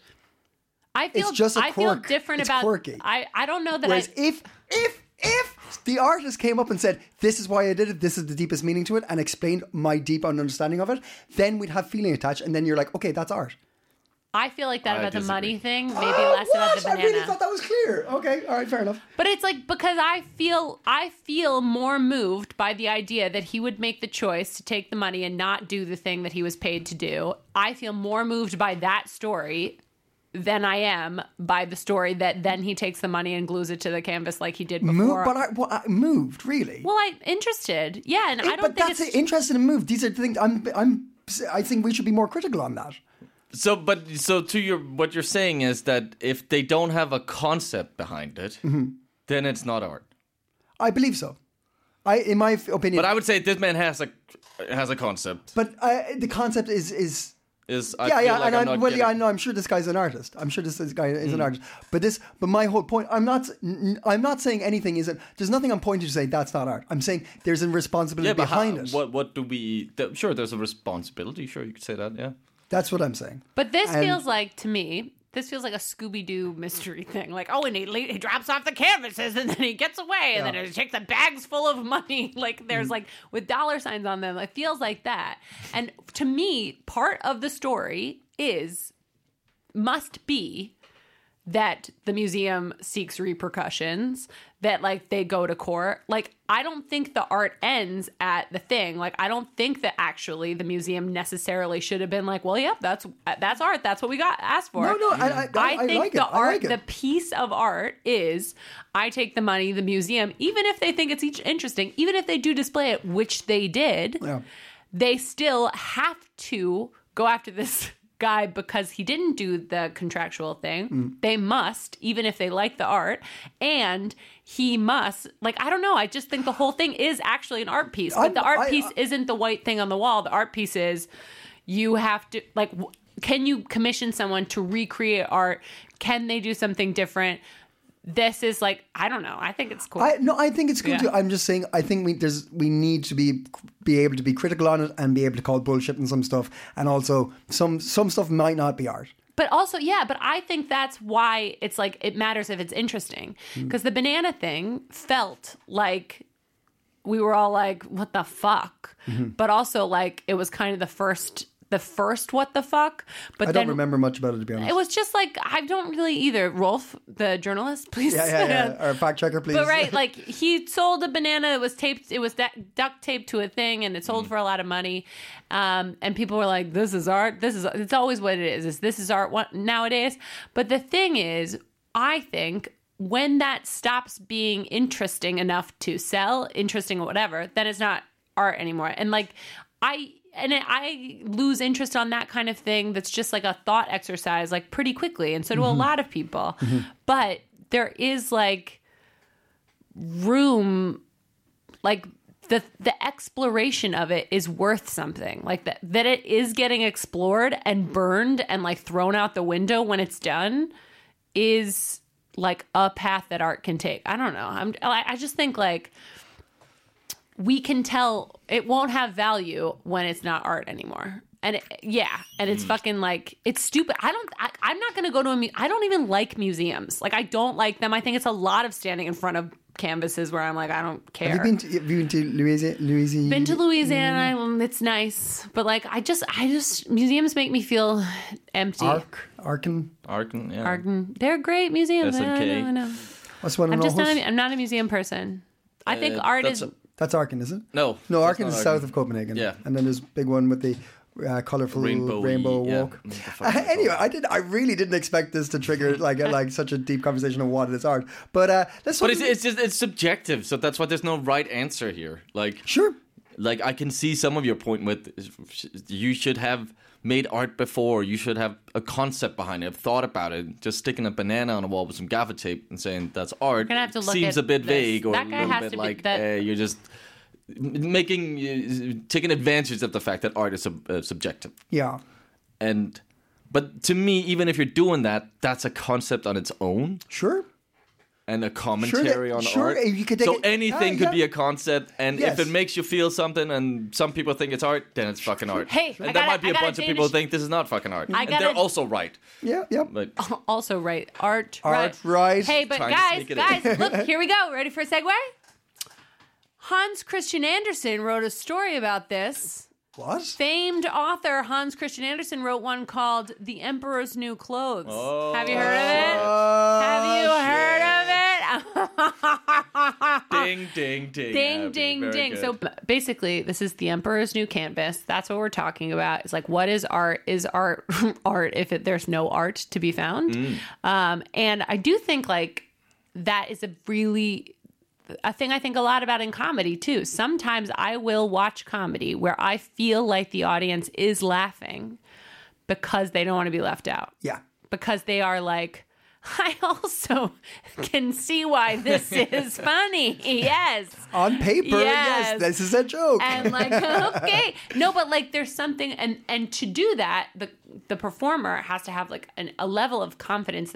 [SPEAKER 2] I feel
[SPEAKER 1] just a
[SPEAKER 2] I feel
[SPEAKER 1] quirk.
[SPEAKER 2] different
[SPEAKER 1] It's
[SPEAKER 2] about
[SPEAKER 1] quirky.
[SPEAKER 2] I I don't know that
[SPEAKER 1] Whereas
[SPEAKER 2] I
[SPEAKER 1] if if if the artist came up and said, "This is why I did it. This is the deepest meaning to it," and explained my deep understanding of it, then we'd have feeling attached, and then you're like, "Okay, that's art."
[SPEAKER 2] I feel like that
[SPEAKER 3] I
[SPEAKER 2] about the
[SPEAKER 3] disagree.
[SPEAKER 2] money thing,
[SPEAKER 1] <gasps>
[SPEAKER 2] maybe
[SPEAKER 1] Oh,
[SPEAKER 2] less about the
[SPEAKER 1] what?
[SPEAKER 2] banana.
[SPEAKER 1] I really thought that was clear. Okay, all right, fair enough.
[SPEAKER 2] but it's like because I feel I feel more moved by the idea that he would make the choice to take the money and not do the thing that he was paid to do. I feel more moved by that story than I am by the story that then he takes the money and glues it to the canvas like he did before.
[SPEAKER 1] Moved, but I, what, I moved really.
[SPEAKER 2] well, I'm interested. Yeah, and I don't
[SPEAKER 1] but
[SPEAKER 2] think
[SPEAKER 1] that's it,
[SPEAKER 2] it's
[SPEAKER 1] interested in move. These are things I'm. I'm. I think we should be more critical on that.
[SPEAKER 3] So, but so to your what you're saying is that if they don't have a concept behind it,
[SPEAKER 1] Mm-hmm.
[SPEAKER 3] then it's not art.
[SPEAKER 1] I believe so. I, in my f- opinion,
[SPEAKER 3] But I would say this man has a has a concept.
[SPEAKER 1] but I, the concept is is
[SPEAKER 3] Is I
[SPEAKER 1] yeah
[SPEAKER 3] feel
[SPEAKER 1] yeah.
[SPEAKER 3] like
[SPEAKER 1] and
[SPEAKER 3] I'm
[SPEAKER 1] I,
[SPEAKER 3] not
[SPEAKER 1] well, yeah, I
[SPEAKER 3] getting- Mm.
[SPEAKER 1] know. I'm sure this guy's an artist. I'm sure this, this guy is an artist. But this, but my whole point, I'm not n- I'm not saying anything. Is it? There's nothing I'm pointing to say that's not art. I'm saying there's a responsibility
[SPEAKER 3] yeah, but how-
[SPEAKER 1] behind it.
[SPEAKER 3] what what do we? Th- sure, there's a responsibility. Sure, you could say that. Yeah.
[SPEAKER 1] That's what I'm saying.
[SPEAKER 2] But this
[SPEAKER 1] And-
[SPEAKER 2] feels like to me, this feels like a Scooby Doo mystery thing. Like, oh, and he, le- he drops off the canvases, and then he gets away, and then he takes the bags full of money. <laughs> Like, there's like with dollar signs on them. It feels like that. And to me, part of the story is must be that the museum seeks repercussions that like they go to court like i don't think the art ends at the thing like i don't think that actually the museum necessarily should have been like well yep that's that's art that's what we got asked for
[SPEAKER 1] No, no, I- I- I- I
[SPEAKER 2] think
[SPEAKER 1] like it.
[SPEAKER 2] the
[SPEAKER 1] I
[SPEAKER 2] art
[SPEAKER 1] like it.
[SPEAKER 2] the piece of art is i take the money the museum even if they think it's each interesting even if they do display it which they did
[SPEAKER 1] Yeah.
[SPEAKER 2] they still have to go after this <laughs> guy because he didn't do the contractual thing.
[SPEAKER 1] Mm.
[SPEAKER 2] They must, even if they like the art, and he must. Like I don't know. I just think the whole thing is actually an art piece, but
[SPEAKER 1] I'm-
[SPEAKER 2] the art
[SPEAKER 1] I- uh,
[SPEAKER 2] piece
[SPEAKER 1] I-
[SPEAKER 2] isn't the white thing on the wall. The art piece is you have to like. w- Can you commission someone to recreate art? Can they do something different? This is like I don't know. I think it's cool.
[SPEAKER 1] I no, I think it's good. too.
[SPEAKER 2] Yeah.
[SPEAKER 1] I'm just saying. I think we there's we need to be be able to be critical on it and be able to call bullshit on some stuff, and also some some stuff might not be art.
[SPEAKER 2] But also, yeah, but I think that's why it's like it matters if it's interesting.
[SPEAKER 1] Hmm.
[SPEAKER 2] Because the banana thing felt like we were all like, what the fuck?
[SPEAKER 1] Mm-hmm.
[SPEAKER 2] But also like it was kind of the first the first what the fuck. But
[SPEAKER 1] I
[SPEAKER 2] then
[SPEAKER 1] don't remember much about it to be honest.
[SPEAKER 2] it was just like I don't really either. Rolf, the journalist, please.
[SPEAKER 1] yeah, yeah,
[SPEAKER 2] <laughs>
[SPEAKER 1] yeah. Or fact checker, please.
[SPEAKER 2] But
[SPEAKER 1] <laughs>
[SPEAKER 2] right, like he sold a banana. It was taped. It was that duct taped to a thing, and it sold for a lot of money. Um, and people were like, "This is art. This is." It's always what it is. Is this is art what, nowadays? But the thing is, I think when that stops being interesting enough to sell, interesting or whatever, then it's not art anymore. And like I. And I lose interest on that kind of thing that's just like a thought exercise, like pretty quickly. And so do a lot of people. But there is like, room like the the exploration of it is worth something like that that it is getting explored and burned and like thrown out the window when it's done is like a path that art can take i don't know i'm i I just think like we can tell it won't have value when it's not art anymore and it, yeah and
[SPEAKER 1] Hmm.
[SPEAKER 2] it's fucking like it's stupid i don't I, i'm not gonna go to a mu- i don't even like museums like i don't like them i think it's a lot of standing in front of canvases where i'm like i don't care
[SPEAKER 1] Have you been to, have you been to Louisiana? Louisiana?
[SPEAKER 2] been to Louisiana. um, It's nice, but like I just, I just museums make me feel empty.
[SPEAKER 1] Ark, Arkin.
[SPEAKER 3] Arkin, yeah.
[SPEAKER 2] Arden. They're great museums. I know, I
[SPEAKER 3] SMK.
[SPEAKER 2] know, I know.
[SPEAKER 1] What's one in
[SPEAKER 2] I'm just not.
[SPEAKER 1] Aarhus?
[SPEAKER 2] A, I'm not a museum person. I think art
[SPEAKER 3] Uh, that's
[SPEAKER 2] is.
[SPEAKER 3] a-
[SPEAKER 1] That's Arkin, is it?
[SPEAKER 3] No,
[SPEAKER 1] No,
[SPEAKER 3] that's
[SPEAKER 1] Arkin
[SPEAKER 3] not
[SPEAKER 1] is
[SPEAKER 3] Arkin.
[SPEAKER 1] south of Copenhagen.
[SPEAKER 3] Yeah.
[SPEAKER 1] And then there's a big one with the uh, colorful rainbow,
[SPEAKER 3] Rainbow-y, yeah. Mm.
[SPEAKER 1] walk.
[SPEAKER 3] What the fuck
[SPEAKER 1] Uh,
[SPEAKER 3] is
[SPEAKER 2] <laughs>
[SPEAKER 3] it
[SPEAKER 1] <laughs> anyway,
[SPEAKER 3] called?
[SPEAKER 1] I did. I really didn't expect this to
[SPEAKER 3] <laughs>
[SPEAKER 1] trigger like a, like such a deep conversation of what is art. But uh, let's.
[SPEAKER 3] But it's, it's just it's subjective, so that's why there's no right answer here. Like
[SPEAKER 1] sure.
[SPEAKER 3] like I can see some of your point with you should have made art before, you should have a concept behind it, have thought about it. Just sticking a banana on a wall with some gaffer tape and saying that's art
[SPEAKER 2] gonna have to look
[SPEAKER 3] seems
[SPEAKER 2] at
[SPEAKER 3] a bit
[SPEAKER 2] this.
[SPEAKER 3] vague or
[SPEAKER 2] That
[SPEAKER 3] a
[SPEAKER 2] guy
[SPEAKER 3] little
[SPEAKER 2] has
[SPEAKER 3] bit
[SPEAKER 2] to be-
[SPEAKER 3] like
[SPEAKER 2] that-
[SPEAKER 3] eh, you're just making taking advantage of the fact that art is sub- uh, subjective
[SPEAKER 1] Yeah.
[SPEAKER 3] and. But to me, even if you're doing that, that's a concept on its own
[SPEAKER 1] Sure.
[SPEAKER 3] and a commentary on
[SPEAKER 1] sure,
[SPEAKER 3] art.
[SPEAKER 1] you could take
[SPEAKER 3] so
[SPEAKER 1] it-
[SPEAKER 3] anything
[SPEAKER 1] yeah,
[SPEAKER 3] could
[SPEAKER 1] yeah.
[SPEAKER 3] be a concept, and
[SPEAKER 1] Yes.
[SPEAKER 3] if it makes you feel something, and some people think it's art, then it's fucking art.
[SPEAKER 2] Hey,
[SPEAKER 3] and there
[SPEAKER 2] I got a-
[SPEAKER 3] might be
[SPEAKER 2] I
[SPEAKER 3] a
[SPEAKER 2] got a
[SPEAKER 3] bunch of people who
[SPEAKER 2] Danish-
[SPEAKER 3] think this is not fucking art,
[SPEAKER 2] I
[SPEAKER 3] and
[SPEAKER 2] got
[SPEAKER 3] they're
[SPEAKER 2] a- Oh,
[SPEAKER 3] also right.
[SPEAKER 1] Yeah. Yeah.
[SPEAKER 3] But
[SPEAKER 2] <laughs> also right art
[SPEAKER 1] Art right.
[SPEAKER 2] hey but
[SPEAKER 3] Trying to
[SPEAKER 2] guys
[SPEAKER 3] sneak it in. <laughs>
[SPEAKER 2] guys look here we go ready for a segue hans christian andersen wrote a story about this
[SPEAKER 1] What?
[SPEAKER 2] famed author hans christian andersen wrote one called the emperor's new clothes have you heard of it
[SPEAKER 3] Oh,
[SPEAKER 2] have you heard of it <laughs>
[SPEAKER 3] ding, ding, ding,
[SPEAKER 2] ding
[SPEAKER 3] Abby,
[SPEAKER 2] ding
[SPEAKER 3] very
[SPEAKER 2] ah. ding
[SPEAKER 3] good.
[SPEAKER 2] so b- basically, this is the Emperor's New Canvas. That's what we're talking about. It's like, what is art? Is art <laughs> art if it, there's no art to be found?
[SPEAKER 3] Mm.
[SPEAKER 2] Um, and I do think like that is a really a thing I think a lot about in comedy too. Sometimes I will watch comedy where I feel like the audience is laughing because they don't want to be left out
[SPEAKER 1] Yeah.
[SPEAKER 2] because they are like, I <laughs> also can see why
[SPEAKER 3] <laughs>
[SPEAKER 2] this is funny. Yes.
[SPEAKER 3] Oh,
[SPEAKER 1] On paper, yes,
[SPEAKER 2] Yes.
[SPEAKER 1] this is a joke.
[SPEAKER 2] And like, <laughs> okay. No, but like there's something and and to do that, the the performer has to have like an, a level of confidence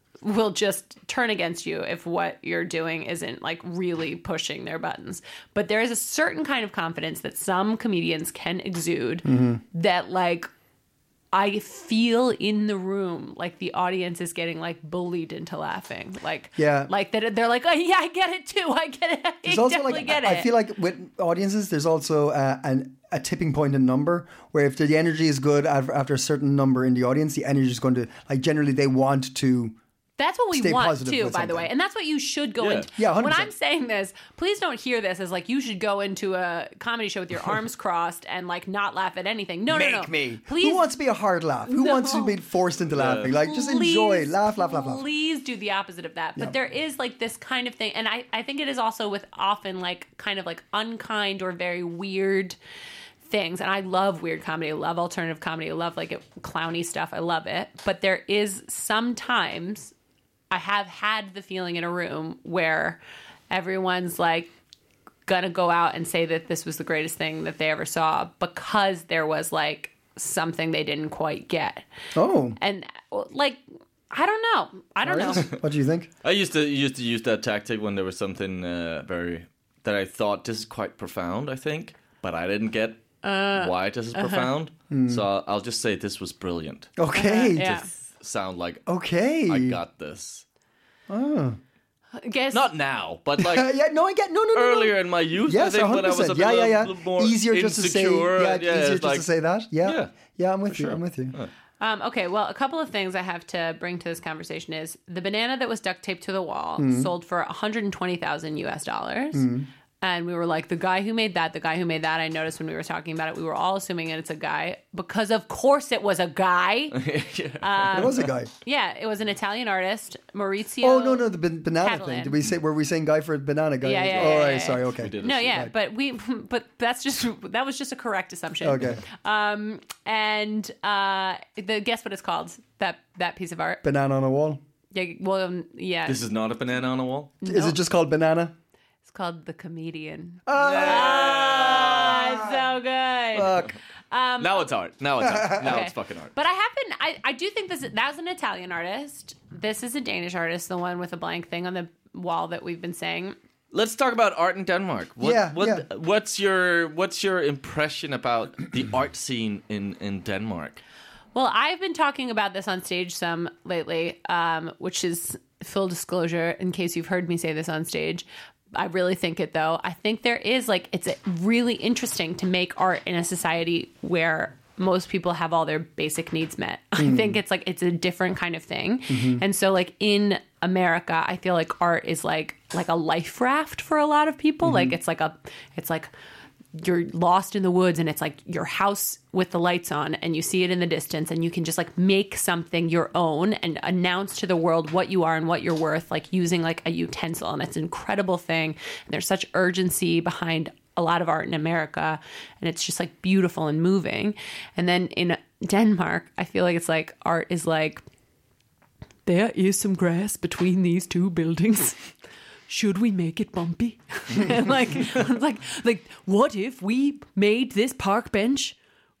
[SPEAKER 2] will just turn against you if what you're doing isn't like really pushing their buttons. But there is a certain kind of confidence that some comedians can exude
[SPEAKER 1] Mm-hmm.
[SPEAKER 2] that like I feel in the room like the audience is getting like bullied into laughing. Like
[SPEAKER 1] Yeah.
[SPEAKER 2] like that they're like, "Oh yeah, I get it too. I get it. <laughs> I
[SPEAKER 1] There's also
[SPEAKER 2] definitely
[SPEAKER 1] like
[SPEAKER 2] get it."
[SPEAKER 1] I feel like with audiences, there's also uh, an a tipping point in number where if the energy is good af- after a certain number in the audience, the energy is going to like generally they want to.
[SPEAKER 2] That's what we
[SPEAKER 1] stay
[SPEAKER 2] want
[SPEAKER 1] positive
[SPEAKER 2] too,
[SPEAKER 1] with
[SPEAKER 2] by the
[SPEAKER 1] something.
[SPEAKER 2] way, and that's what you should go
[SPEAKER 3] Yeah.
[SPEAKER 2] into.
[SPEAKER 1] Yeah, 100%.
[SPEAKER 2] when I'm saying this, please don't hear this as like you should go into a comedy show with
[SPEAKER 1] <laughs>
[SPEAKER 2] your arms crossed and like not laugh at anything. No, no, no.
[SPEAKER 4] Make me.
[SPEAKER 2] Please,
[SPEAKER 1] Who wants to be a hard laugh? Who wants to
[SPEAKER 2] No.
[SPEAKER 1] be forced into laughing? Like just
[SPEAKER 2] please,
[SPEAKER 1] enjoy, laugh, laugh, laugh, laugh.
[SPEAKER 2] Please do the opposite of that. But there is like this kind of thing, and I I think it is also with often like kind of like unkind or very weird things and i love weird comedy i love alternative comedy i love like it, clowny stuff i love it but there is sometimes I have had the feeling in a room where everyone's like gonna go out and say that this was the greatest thing that they ever saw because there was like something they didn't quite get.
[SPEAKER 1] Oh,
[SPEAKER 2] And well, like I don't know. I don't know.
[SPEAKER 1] what do you think?
[SPEAKER 3] I used to used to use that tactic when there was something uh, very that I thought this is quite profound. I think, but I didn't get
[SPEAKER 2] Uh,
[SPEAKER 3] why this
[SPEAKER 2] uh-huh.
[SPEAKER 3] is profound.
[SPEAKER 1] Hmm.
[SPEAKER 3] So I'll, I'll just say this was brilliant.
[SPEAKER 1] Okay,
[SPEAKER 2] Uh, Yeah.
[SPEAKER 3] Sound like
[SPEAKER 1] Oh, okay.
[SPEAKER 3] I got this.
[SPEAKER 2] <laughs> Guess
[SPEAKER 3] Not now, but like
[SPEAKER 1] <laughs> Uh, yeah, no, I get no, no, no, no.
[SPEAKER 3] earlier in my youth.
[SPEAKER 1] Yes,
[SPEAKER 3] I think
[SPEAKER 1] hundred
[SPEAKER 3] when I was a
[SPEAKER 1] percent.
[SPEAKER 3] bit
[SPEAKER 1] Yeah, yeah, yeah.
[SPEAKER 3] little more
[SPEAKER 1] easier just to say.
[SPEAKER 3] insecure.
[SPEAKER 1] Yeah,
[SPEAKER 3] and yeah,
[SPEAKER 1] easier
[SPEAKER 3] it's
[SPEAKER 1] just
[SPEAKER 3] like,
[SPEAKER 1] to say that. Yeah, yeah.
[SPEAKER 3] Yeah.
[SPEAKER 1] I'm with you. I'm with you.
[SPEAKER 2] Um, okay, well, a couple of things I have to bring to this conversation is the banana that was duct taped to the wall
[SPEAKER 1] Mm-hmm.
[SPEAKER 2] sold for 120,000 US dollars. And we were like, the guy who made that, the guy who made that. I noticed when we were talking about it, we were all assuming that it's a guy because, of course, it was a
[SPEAKER 1] <laughs>
[SPEAKER 2] guy.
[SPEAKER 1] There was a guy.
[SPEAKER 2] yeah, it was an Italian artist, Maurizio.
[SPEAKER 1] Oh no, no, the ban- banana thing.
[SPEAKER 2] Catalan.
[SPEAKER 1] Did we say were we saying guy for banana guy?
[SPEAKER 2] Yeah, yeah,
[SPEAKER 1] oh,
[SPEAKER 2] yeah,
[SPEAKER 1] right,
[SPEAKER 2] yeah,
[SPEAKER 1] sorry.
[SPEAKER 2] yeah.
[SPEAKER 1] Okay.
[SPEAKER 2] No, yeah, but we, <laughs> but that's just that was just a correct assumption. <laughs>
[SPEAKER 1] Okay.
[SPEAKER 2] Um, and uh, the guess what it's called that that piece of art.
[SPEAKER 1] Banana on a wall.
[SPEAKER 2] Yeah, well, um, yeah,
[SPEAKER 3] This is not a banana on a
[SPEAKER 1] <laughs>
[SPEAKER 3] wall.
[SPEAKER 1] Is it just called
[SPEAKER 2] <laughs>
[SPEAKER 1] banana?
[SPEAKER 2] It's called The Comedian.
[SPEAKER 1] Um,
[SPEAKER 3] Ah!
[SPEAKER 2] so good.
[SPEAKER 1] Fuck.
[SPEAKER 3] now it's art. Now it's art. Now
[SPEAKER 2] Okay.
[SPEAKER 3] it's fucking art.
[SPEAKER 2] But I happen I, I do think this that was an Italian artist. This is a Danish artist, the one with a blank thing on the wall that we've been saying.
[SPEAKER 3] Let's talk about art in Denmark. What,
[SPEAKER 1] Yeah,
[SPEAKER 3] what,
[SPEAKER 1] yeah.
[SPEAKER 3] What's your What's your impression about the art scene in in Denmark?
[SPEAKER 2] Well, I've been talking about this on stage some lately, um, which is full disclosure in case you've heard me say this on stage. I really think it though. I think there is like it's really interesting to make art in a society where most people have all their basic needs met. <laughs> I think it's like it's a different kind of thing. And so like in America, I feel like art is like like a life raft for a lot of people. Like it's like a it's like you're lost in the woods and it's like your house with the lights on and you see it in the distance and you can just like make something your own and announce to the world what you are and what you're worth like using like a utensil and it's an incredible thing and there's such urgency behind a lot of art in America and it's just like beautiful and moving and then in Denmark I feel like it's like art is like there is some grass between these two buildings should we make it bumpy? <laughs> And like, I'm like, like, what if we made this park bench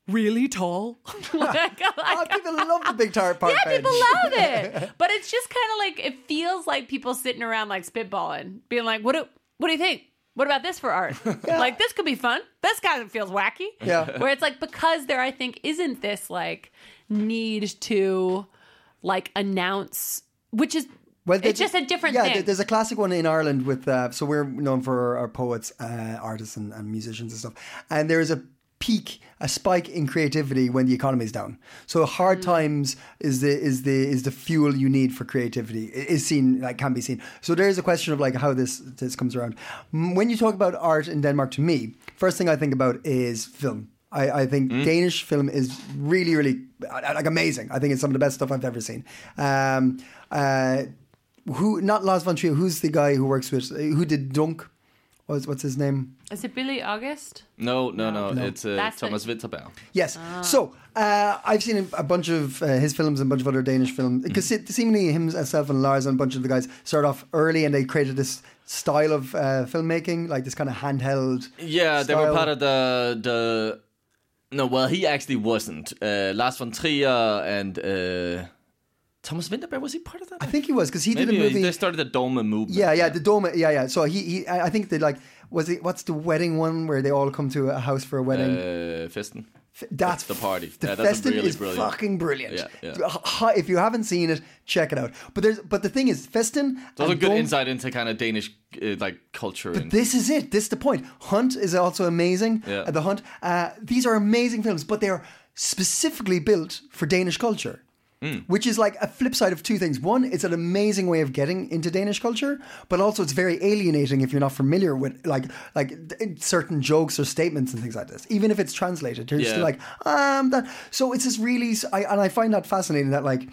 [SPEAKER 2] really tall. <laughs> like,
[SPEAKER 1] Oh, people love the big tire park
[SPEAKER 2] yeah,
[SPEAKER 1] bench.
[SPEAKER 2] people love
[SPEAKER 1] <laughs>
[SPEAKER 2] it. But it's just kind of like it feels like people sitting around like spitballing, being like, "What do What do you think? What about this for
[SPEAKER 1] <laughs>
[SPEAKER 2] art? Like this could be fun. This kind of feels wacky."
[SPEAKER 1] Yeah.
[SPEAKER 2] Where it's like because there, I think, isn't this like need to like announce, which is
[SPEAKER 1] they
[SPEAKER 2] it's
[SPEAKER 1] did-
[SPEAKER 2] just a different
[SPEAKER 1] yeah,
[SPEAKER 2] thing.
[SPEAKER 1] th- there's a classic one in Ireland with uh, so we're known for our poets, uh, artists, and, and musicians and stuff. And there is a peak, a spike in creativity when the economy is down. So hard
[SPEAKER 2] Mm.
[SPEAKER 1] times is the is the is the fuel you need for creativity i- is seen like can be seen. So there is a question of like how this this comes around. Mm, When you talk about art in Denmark, to me, first thing I think about is film. I, I think
[SPEAKER 2] Mm.
[SPEAKER 1] Danish film is really, really uh, like amazing. I think it's some of the best stuff I've ever seen. Um, uh, who? Not Lars von Trier. Who's the guy who works with? uh, Who did Dunk? What's what's his name?
[SPEAKER 2] is it Billy August?
[SPEAKER 3] No, no, no. It's uh,
[SPEAKER 2] That's the-
[SPEAKER 3] Thomas Vinterberg.
[SPEAKER 1] Yes. So uh, I've seen a bunch of uh, his films and a bunch of other Danish films because seemingly himself and Lars and a bunch of the guys started off early and they created this style of uh, filmmaking, like this kind of handheld.
[SPEAKER 3] Yeah, they were
[SPEAKER 1] style.
[SPEAKER 3] part of the the. No, well, he actually wasn't. Uh, Lars von Trier and uh, Thomas Vinterberg was he part of that?
[SPEAKER 1] I think he was because he
[SPEAKER 3] Maybe
[SPEAKER 1] did a movie.
[SPEAKER 3] they started the Doma movement.
[SPEAKER 1] Yeah, yeah, the dome. Yeah, yeah. So he, he I I think they like was it what's the wedding one where they all come to a house for a wedding?
[SPEAKER 3] Uh, Festen.
[SPEAKER 1] F- that's
[SPEAKER 3] the party.
[SPEAKER 1] The
[SPEAKER 3] Yeah, that's a
[SPEAKER 1] Festin
[SPEAKER 3] really
[SPEAKER 1] is
[SPEAKER 3] brilliant-
[SPEAKER 1] fucking brilliant.
[SPEAKER 3] Yeah, yeah.
[SPEAKER 1] H- h- If you haven't seen it, check it out. But there's but the thing is, Festin.
[SPEAKER 3] That was a
[SPEAKER 1] and
[SPEAKER 3] good
[SPEAKER 1] Dome-
[SPEAKER 3] insight into kind of Danish uh, like culture. and,
[SPEAKER 1] This is it. This is the point. Hunt is also amazing.
[SPEAKER 3] Yeah.
[SPEAKER 1] Uh, The Hunt. Uh, these are amazing films, but they are specifically built for Danish culture.
[SPEAKER 3] Hmm.
[SPEAKER 1] Which is like a flip side of two things. One, it's an amazing way of getting into Danish culture, but also it's very alienating if you're not familiar with like like d- certain jokes or statements and things like this. Even if it's translated, you're just
[SPEAKER 3] Yeah.
[SPEAKER 1] like um. That. So it's this really, s- I, and I find that fascinating that like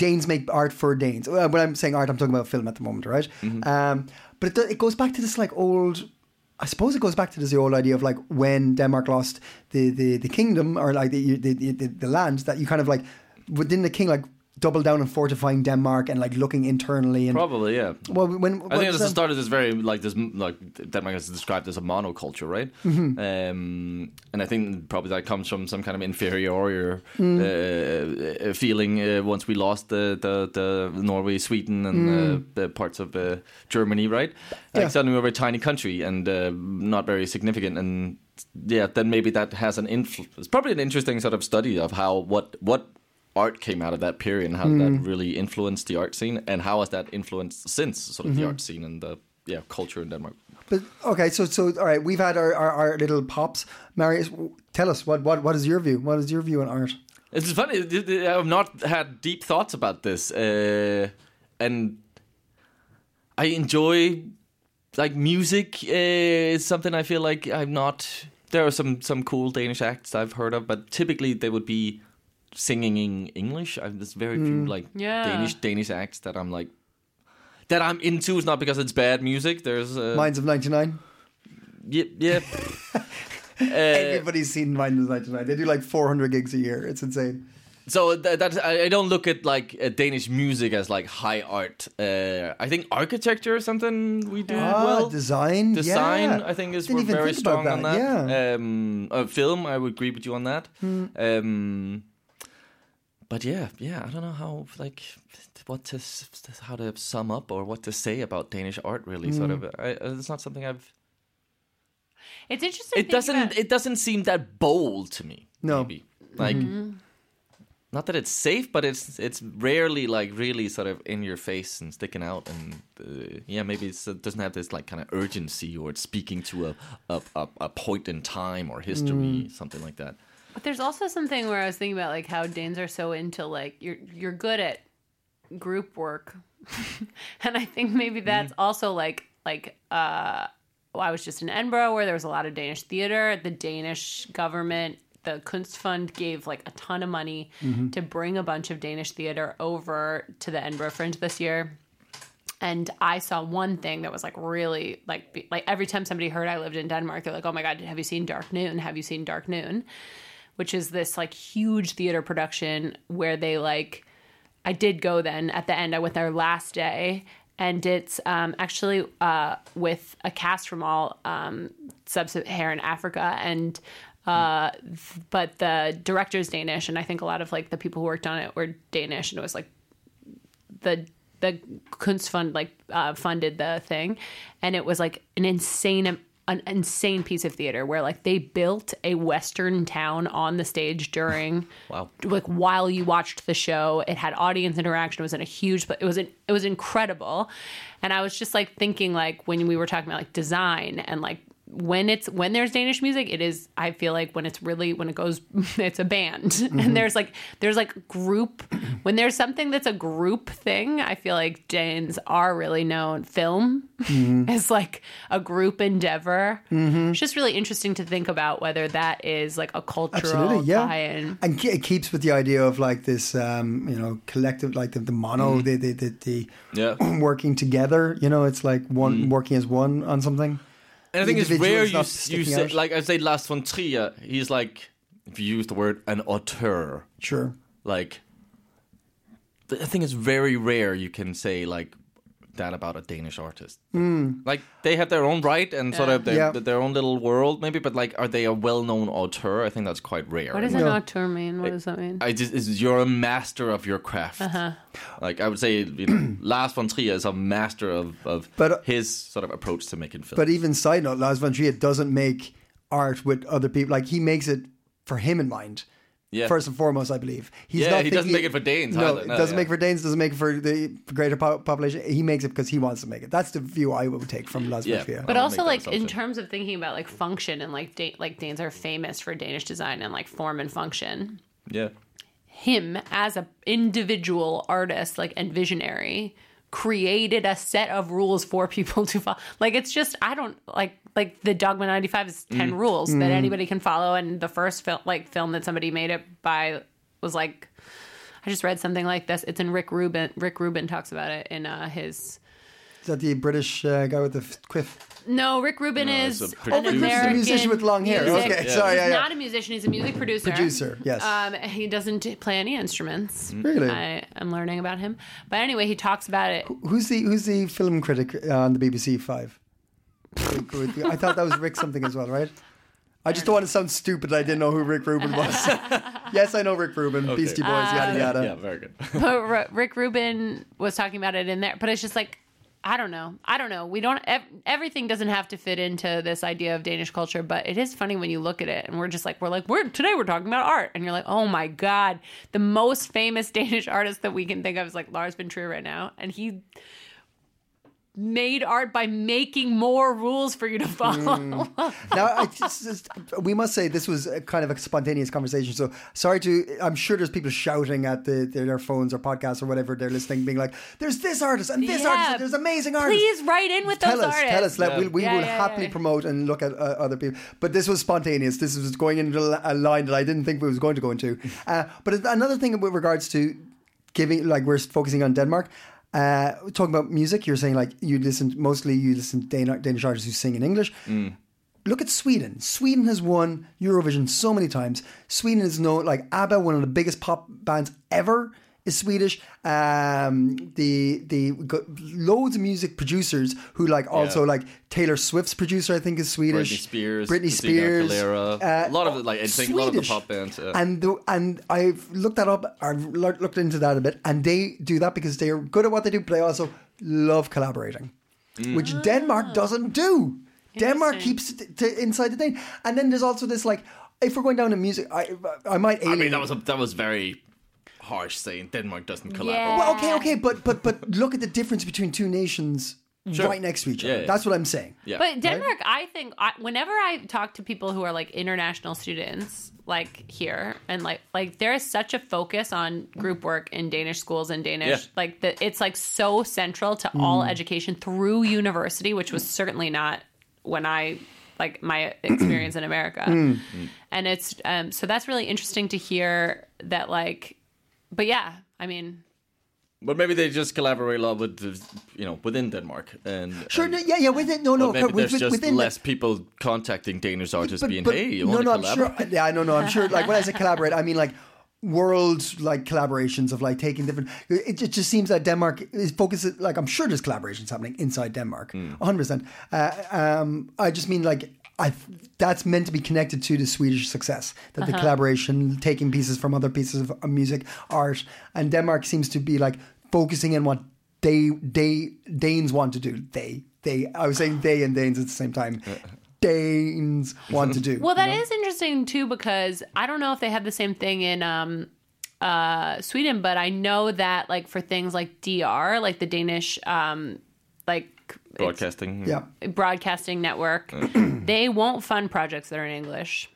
[SPEAKER 1] Danes make art for Danes. Uh, When I'm saying art, I'm talking about film at the moment, right?
[SPEAKER 3] Mm-hmm.
[SPEAKER 1] Um, but it, do- it goes back to this like old. I suppose it goes back to this old idea of like when Denmark lost the the, the kingdom or like the the, the the the land that you kind of like within the king like double down on fortifying Denmark and like looking internally and
[SPEAKER 3] Probably, yeah.
[SPEAKER 1] well when
[SPEAKER 3] I think
[SPEAKER 1] what's
[SPEAKER 3] that's the
[SPEAKER 1] that?
[SPEAKER 3] start of this very like this like Denmark is described as a monoculture, right? Um, and I think probably that comes from some kind of inferior uh, uh, feeling uh, once we lost the, the, the Norway, Sweden, and uh, the parts of uh, Germany, right? Like
[SPEAKER 1] Yeah.
[SPEAKER 3] suddenly we were a tiny country and uh, not very significant, and yeah, then maybe that has an influence. It's probably an interesting sort of study of how what what art came out of that period and how that really influenced the art scene and how has that influenced since sort of the art scene and the yeah culture in Denmark.
[SPEAKER 1] But okay, so so all right, we've had our, our, our little pops. Marius, w- tell us what, what what is your view? What is your view on art?
[SPEAKER 3] It's funny. th- th- I've not had deep thoughts about this, uh, and I enjoy like music. Uh, is something I feel like I'm not. There are some some cool Danish acts I've heard of, but typically they would be singing in English. I've, there's very few like
[SPEAKER 2] Yeah.
[SPEAKER 3] Danish Danish acts that I'm like that I'm into. It's not because it's bad music. There's uh,
[SPEAKER 1] Minds of ninety nine.
[SPEAKER 3] yep yep.
[SPEAKER 1] Everybody's seen Minds of ninety nine. They do like four hundred gigs a year. It's insane.
[SPEAKER 3] So that, that's I I don't look at like uh, Danish music as like high art. Uh, I think architecture is something we do
[SPEAKER 1] Ah,
[SPEAKER 3] well.
[SPEAKER 1] design,
[SPEAKER 3] design.
[SPEAKER 1] yeah.
[SPEAKER 3] I think is
[SPEAKER 1] Didn't
[SPEAKER 3] we're
[SPEAKER 1] even
[SPEAKER 3] very
[SPEAKER 1] think about
[SPEAKER 3] strong on that.
[SPEAKER 1] that, Hmm.
[SPEAKER 3] Um, uh, film, I would agree with you on that. Um, but yeah, yeah, I don't know how like what to s- how to sum up or what to say about Danish art. Really, sort
[SPEAKER 1] Hmm.
[SPEAKER 3] of. I, uh, it's not something I've.
[SPEAKER 2] It's interesting.
[SPEAKER 3] It
[SPEAKER 2] thinking about-
[SPEAKER 3] doesn't. It doesn't seem that bold to me.
[SPEAKER 1] No.
[SPEAKER 3] maybe. like not that it's safe, but it's it's rarely like really sort of in your face and sticking out, and uh, yeah, maybe it's, it doesn't have this like kind of urgency or it's speaking to a a, a, a point in time or history,
[SPEAKER 1] Mm.
[SPEAKER 3] something like that.
[SPEAKER 2] But there's also something where I was thinking about like how Danes are so into like you're you're good at group work. <laughs> and I think maybe that's also like like uh well, I was just in Edinburgh where there was a lot of Danish theater. The Danish government, the Kunstfund gave like a ton of money to bring a bunch of Danish theater over to the Edinburgh Fringe this year and I saw one thing that was like really like be- like every time somebody heard I lived in Denmark, they're like, "Oh my god, have you seen Dark Noon? Have you seen Dark Noon?" Which is this like huge theater production where they like I did go then at the end. I went there last day, and it's um, actually uh, with a cast from all um, sub-Saharan Africa, and Uh, th- but the director's Danish, and I think a lot of like the people who worked on it were Danish, and it was like the the Kunstfund like uh, funded the thing, and it was like an insane an insane piece of theater where like they built a western town on the stage during
[SPEAKER 3] Wow.
[SPEAKER 2] like while you watched the show it had audience interaction it was in a huge but it was an, it was incredible and i was just like thinking like when we were talking about like design and like when it's when there's danish music it is i feel like when it's really when it goes <laughs> it's a band <laughs>
[SPEAKER 1] Mm-hmm.
[SPEAKER 2] and there's like there's like group <clears throat> when there's something that's a group thing i feel like danes are really known film
[SPEAKER 1] Mm-hmm.
[SPEAKER 2] <laughs> as like a group endeavor it's just really interesting to think about whether that is like a
[SPEAKER 3] Uh,
[SPEAKER 2] cultural
[SPEAKER 1] Absolutely, yeah.
[SPEAKER 2] tie-in
[SPEAKER 1] And ke- it keeps with the idea of like this, um, you know, collective, like the, the mono, the, the, the, the <coughs>
[SPEAKER 3] Mm-hmm. Yeah.
[SPEAKER 1] <clears throat>
[SPEAKER 3] Mm-hmm.
[SPEAKER 1] working together. You know, it's like one working as one on something.
[SPEAKER 3] And I think it's
[SPEAKER 1] Individual
[SPEAKER 3] rare
[SPEAKER 1] is
[SPEAKER 3] you
[SPEAKER 1] not
[SPEAKER 3] you
[SPEAKER 1] sticking
[SPEAKER 3] say
[SPEAKER 1] out.
[SPEAKER 3] like I said last one Tria. He's like if you use the word an auteur,
[SPEAKER 1] Sure.
[SPEAKER 3] like th- I think it's very rare you can say like that about a Danish artist. Like they have their own right and sort of their,
[SPEAKER 1] Hmm. Yeah.
[SPEAKER 3] their own little world maybe, but like are they a well-known auteur? I think that's quite rare.
[SPEAKER 2] What does
[SPEAKER 1] No.
[SPEAKER 2] an auteur mean? What does that mean?
[SPEAKER 3] I just is you're a master of your craft. Like I would say, you
[SPEAKER 1] <clears throat>
[SPEAKER 3] know, Lars von Trier is a master of of
[SPEAKER 1] But- uh,
[SPEAKER 3] his sort of approach to making film.
[SPEAKER 1] But even side note, Lars von Trier doesn't make art with other people. Like he makes it for him in mind.
[SPEAKER 3] Yeah.
[SPEAKER 1] First and foremost, I believe he's
[SPEAKER 3] Yeah,
[SPEAKER 1] not
[SPEAKER 3] he doesn't
[SPEAKER 1] thinking-
[SPEAKER 3] make it for Danes
[SPEAKER 1] No,
[SPEAKER 3] either.
[SPEAKER 1] it
[SPEAKER 3] No,
[SPEAKER 1] doesn't
[SPEAKER 3] yeah.
[SPEAKER 1] make it for Danes. Doesn't make it for the greater po- population. He makes it because he wants to make it. That's the view I will take from Lars
[SPEAKER 3] Yeah.
[SPEAKER 1] von Trier.
[SPEAKER 2] But
[SPEAKER 3] I'll
[SPEAKER 2] also,
[SPEAKER 3] make
[SPEAKER 2] like
[SPEAKER 3] that
[SPEAKER 2] in
[SPEAKER 3] assumption.
[SPEAKER 2] terms of thinking about like function and like da- like Danes are famous for Danish design and like form and function.
[SPEAKER 3] yeah,
[SPEAKER 2] Him as a individual artist, like and visionary, created a set of rules for <laughs> people to follow. Like it's just I don't like like the Dogma ninety five is
[SPEAKER 3] Mm.
[SPEAKER 2] ten rules that anybody can follow, and the first film like film that somebody made it by was like I just read something like this. It's in Rick Rubin. Rick Rubin talks about it in uh, his.
[SPEAKER 1] Is that the British uh, guy with the f- quiff?
[SPEAKER 2] No, Rick Rubin
[SPEAKER 3] No, it's
[SPEAKER 2] is
[SPEAKER 3] a
[SPEAKER 2] an
[SPEAKER 3] producer. Oh, Rick Rubin's the
[SPEAKER 2] American
[SPEAKER 1] musician with long hair.
[SPEAKER 2] music-
[SPEAKER 1] Okay, Yeah. sorry, yeah,
[SPEAKER 2] he's
[SPEAKER 1] yeah.
[SPEAKER 2] not a musician. He's a music producer.
[SPEAKER 1] Producer, yes. Mm.
[SPEAKER 2] Um, he doesn't t- play any instruments.
[SPEAKER 1] Really?
[SPEAKER 2] I am learning about him. But anyway, he talks about it.
[SPEAKER 1] Who's the Who's the film critic uh, on the BBC Five? I thought that was Rick something as well, right? I just don't want to sound stupid. I didn't know who Rick Rubin
[SPEAKER 2] <laughs>
[SPEAKER 1] was. yes, I know Rick Rubin, Beastie Boys,
[SPEAKER 2] Ah.
[SPEAKER 1] yada yada.
[SPEAKER 3] yeah, very good. <laughs>
[SPEAKER 2] But R- Rick Rubin was talking about it in there. But it's just like. I don't know. I don't know. We don't. Ev- everything doesn't have to fit into this idea of Danish culture, but it is funny when you look at it, and we're just like, we're like, we're today we're talking about art, and you're like, oh my god, the most famous <laughs> Danish artist that we can think of is like Lars von Trier right now, and he made art by making more rules for you to follow.
[SPEAKER 1] Mm. now I just, just- we must say this was a kind of a spontaneous conversation so sorry to i'm sure there's people shouting at the, their, their phones or podcasts or whatever they're listening being like there's this artist and this
[SPEAKER 2] Yeah.
[SPEAKER 1] artist and there's amazing artists
[SPEAKER 2] <laughs> Please write in with
[SPEAKER 1] tell
[SPEAKER 2] those
[SPEAKER 1] us
[SPEAKER 2] artists.
[SPEAKER 1] tell us like, we'll, we
[SPEAKER 2] Yeah,
[SPEAKER 1] will
[SPEAKER 2] yeah,
[SPEAKER 1] happily
[SPEAKER 2] yeah.
[SPEAKER 1] promote and look at uh, other people but this was spontaneous this was going into a line that i didn't think we was going to go
[SPEAKER 2] <laughs>
[SPEAKER 1] into uh, but another thing with regards to giving like we're focusing on denmark uh, talking about music you're saying like you listen mostly you listen to Dan- danish artists who sing in english look at Sweden. Sweden has won Eurovision so many times. Sweden is known like ABBA, one of the biggest pop bands ever, is Swedish. Um, the the we've got loads of music producers who like also like Taylor Swift's producer, I think, is Swedish.
[SPEAKER 3] Britney Spears,
[SPEAKER 1] Britney
[SPEAKER 3] Christina
[SPEAKER 1] Spears,
[SPEAKER 3] Aguilera.
[SPEAKER 1] uh,
[SPEAKER 3] a lot of the, like I think a lot of the
[SPEAKER 1] Swedish.
[SPEAKER 3] pop bands. Uh,
[SPEAKER 1] And the, and I've looked that up. I've lo- looked into that a bit, and they do that because they are good at what they do. But they also love collaborating, which Denmark doesn't do. Denmark keeps t- t- inside the thing, and then there's also this like, if we're going down to music, I I might
[SPEAKER 3] I
[SPEAKER 1] alien.
[SPEAKER 3] mean, that was a, that was very harsh saying Denmark doesn't collaborate.
[SPEAKER 2] Yeah.
[SPEAKER 1] well, okay, okay, but but but look at the difference between two nations right next to each other.
[SPEAKER 3] yeah.
[SPEAKER 1] That's what I'm saying.
[SPEAKER 3] Yeah.
[SPEAKER 2] But Denmark, I think I, whenever I talk to people who are like international students, like here and like like there is such a focus on group work in Danish schools and Danish
[SPEAKER 3] Yeah.
[SPEAKER 2] like the, it's like so central to all education through university, which was certainly not when I like my experience in America,
[SPEAKER 3] Mm.
[SPEAKER 2] and it's um, so that's really interesting to hear that like, but yeah, I mean.
[SPEAKER 3] But maybe they just collaborate a lot with the- you know within Denmark and
[SPEAKER 1] Sure,
[SPEAKER 3] and-
[SPEAKER 1] no, yeah, yeah, within, no, no,
[SPEAKER 3] Or maybe
[SPEAKER 1] with-
[SPEAKER 3] there's
[SPEAKER 1] with-
[SPEAKER 3] just
[SPEAKER 1] within the-
[SPEAKER 3] less people contacting Danish artists being, hey, you
[SPEAKER 1] no,
[SPEAKER 3] want
[SPEAKER 1] no,
[SPEAKER 3] to
[SPEAKER 1] I'm sure.
[SPEAKER 3] collaborate?
[SPEAKER 1] Yeah, no, no, I'm sure. Like when I say collaborate, I mean like world like collaborations of like taking different. It, it just seems that Denmark is focuses like I'm sure there's collaborations happening inside Denmark, 100. percent uh, um, I just mean like I, that's meant to be connected to the Swedish success, that the collaboration, taking pieces from other pieces of music, art, and Denmark seems to be like focusing on what they they Danes want to do. They they I was saying they and Danes at the same time. Danes want to do.
[SPEAKER 2] Well, that is interesting too because I don't know if they have the same thing in um, uh, Sweden, but I know that like for things like DR, like the Danish, um, like it's-
[SPEAKER 3] Broadcasting.
[SPEAKER 1] yeah,
[SPEAKER 2] broadcasting network, <clears throat> they won't fund projects that are in English.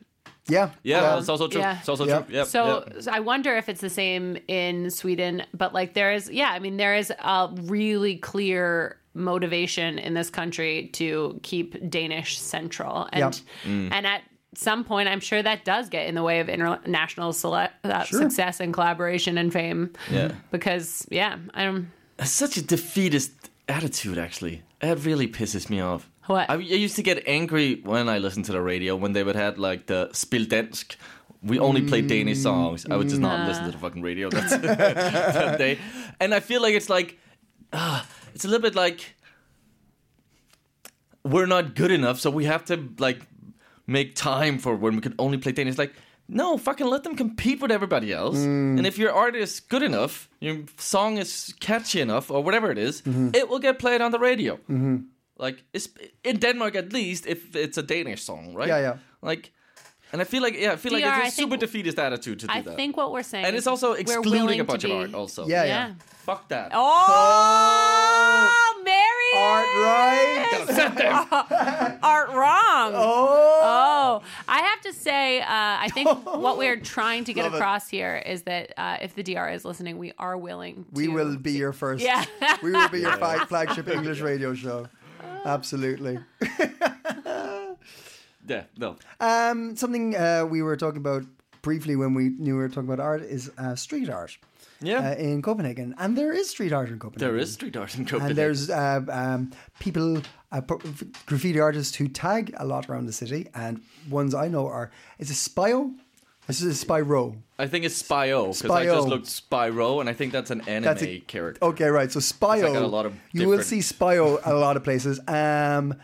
[SPEAKER 1] yeah,
[SPEAKER 3] Yeah,
[SPEAKER 1] Uh,
[SPEAKER 3] that's also true.
[SPEAKER 2] yeah.
[SPEAKER 3] It's also
[SPEAKER 1] Yeah.
[SPEAKER 3] true. Yep,
[SPEAKER 2] So,
[SPEAKER 3] yep.
[SPEAKER 2] so I wonder if it's the same in Sweden, but like there is, yeah, I mean, there is a really clear motivation in this country to keep Danish central, and
[SPEAKER 3] Mm.
[SPEAKER 2] and at some point, I'm sure that does get in the way of international sele- uh, success and collaboration and fame.
[SPEAKER 3] Yeah.
[SPEAKER 2] because yeah, I'm
[SPEAKER 3] That's such a defeatist attitude, actually. That really pisses me off.
[SPEAKER 2] What?
[SPEAKER 3] I, I used to get angry when I listened to the radio when they would have like the Spil Dansk. We only play
[SPEAKER 1] Mm,
[SPEAKER 3] Danish songs. I would just not listen to the fucking radio that, <laughs> that day. And I feel like it's like, ah, it's a little bit like we're not good enough, so we have to like make time for when we could only play Danish. Like, no, fucking let them compete with everybody else.
[SPEAKER 1] Mm.
[SPEAKER 3] And if your art is good enough, your song is catchy enough, or whatever it is,
[SPEAKER 1] Mm-hmm.
[SPEAKER 3] it will get played on the radio. Like, it's, in Denmark at least, if it's a Danish song, right?
[SPEAKER 1] Yeah, yeah.
[SPEAKER 3] Like, and I feel like, yeah, I feel like
[SPEAKER 2] DR,
[SPEAKER 3] it's a
[SPEAKER 2] I think-
[SPEAKER 3] super defeatist attitude to do
[SPEAKER 2] I
[SPEAKER 3] that.
[SPEAKER 2] think what we're saying,
[SPEAKER 3] and
[SPEAKER 2] is
[SPEAKER 3] it's also
[SPEAKER 2] we're
[SPEAKER 3] excluding
[SPEAKER 2] willing
[SPEAKER 3] a
[SPEAKER 2] to
[SPEAKER 3] bunch of
[SPEAKER 2] be- Oh.
[SPEAKER 3] art, also.
[SPEAKER 1] yeah, yeah.
[SPEAKER 2] Yeah.
[SPEAKER 3] Fuck that. <laughs>
[SPEAKER 2] Oh,
[SPEAKER 1] Art
[SPEAKER 2] Mary,
[SPEAKER 1] right.
[SPEAKER 2] art wrong.
[SPEAKER 1] Oh,
[SPEAKER 2] Oh, I have to say, uh, I think what
[SPEAKER 1] <laughs>
[SPEAKER 2] we're trying to get
[SPEAKER 1] Love it.
[SPEAKER 2] across here is that uh, if the DR is listening, we are willing. To,
[SPEAKER 1] we will be your first.
[SPEAKER 2] Yeah.
[SPEAKER 1] we will be your flag, flagship English radio show. Absolutely.
[SPEAKER 3] Yeah, no.
[SPEAKER 1] Um, something uh, we were talking about briefly when we knew we were talking about art is uh, street art.
[SPEAKER 3] Yeah.
[SPEAKER 1] Uh, in Copenhagen, and there is street art in Copenhagen.
[SPEAKER 3] There is street art in Copenhagen.
[SPEAKER 1] And there's uh, um, people, uh, pro- graffiti artists who tag a lot around the city, and ones I know are it's a spio, this is a spyro.
[SPEAKER 3] I think it's Spyro because I just
[SPEAKER 1] Spyro.
[SPEAKER 3] looked Spyro, and I think that's an anime
[SPEAKER 1] That's a
[SPEAKER 3] character.
[SPEAKER 1] Okay, right. So spyo.
[SPEAKER 3] It's like a lot of
[SPEAKER 1] you will see spyo
[SPEAKER 3] different-
[SPEAKER 1] at a lot of places. Um,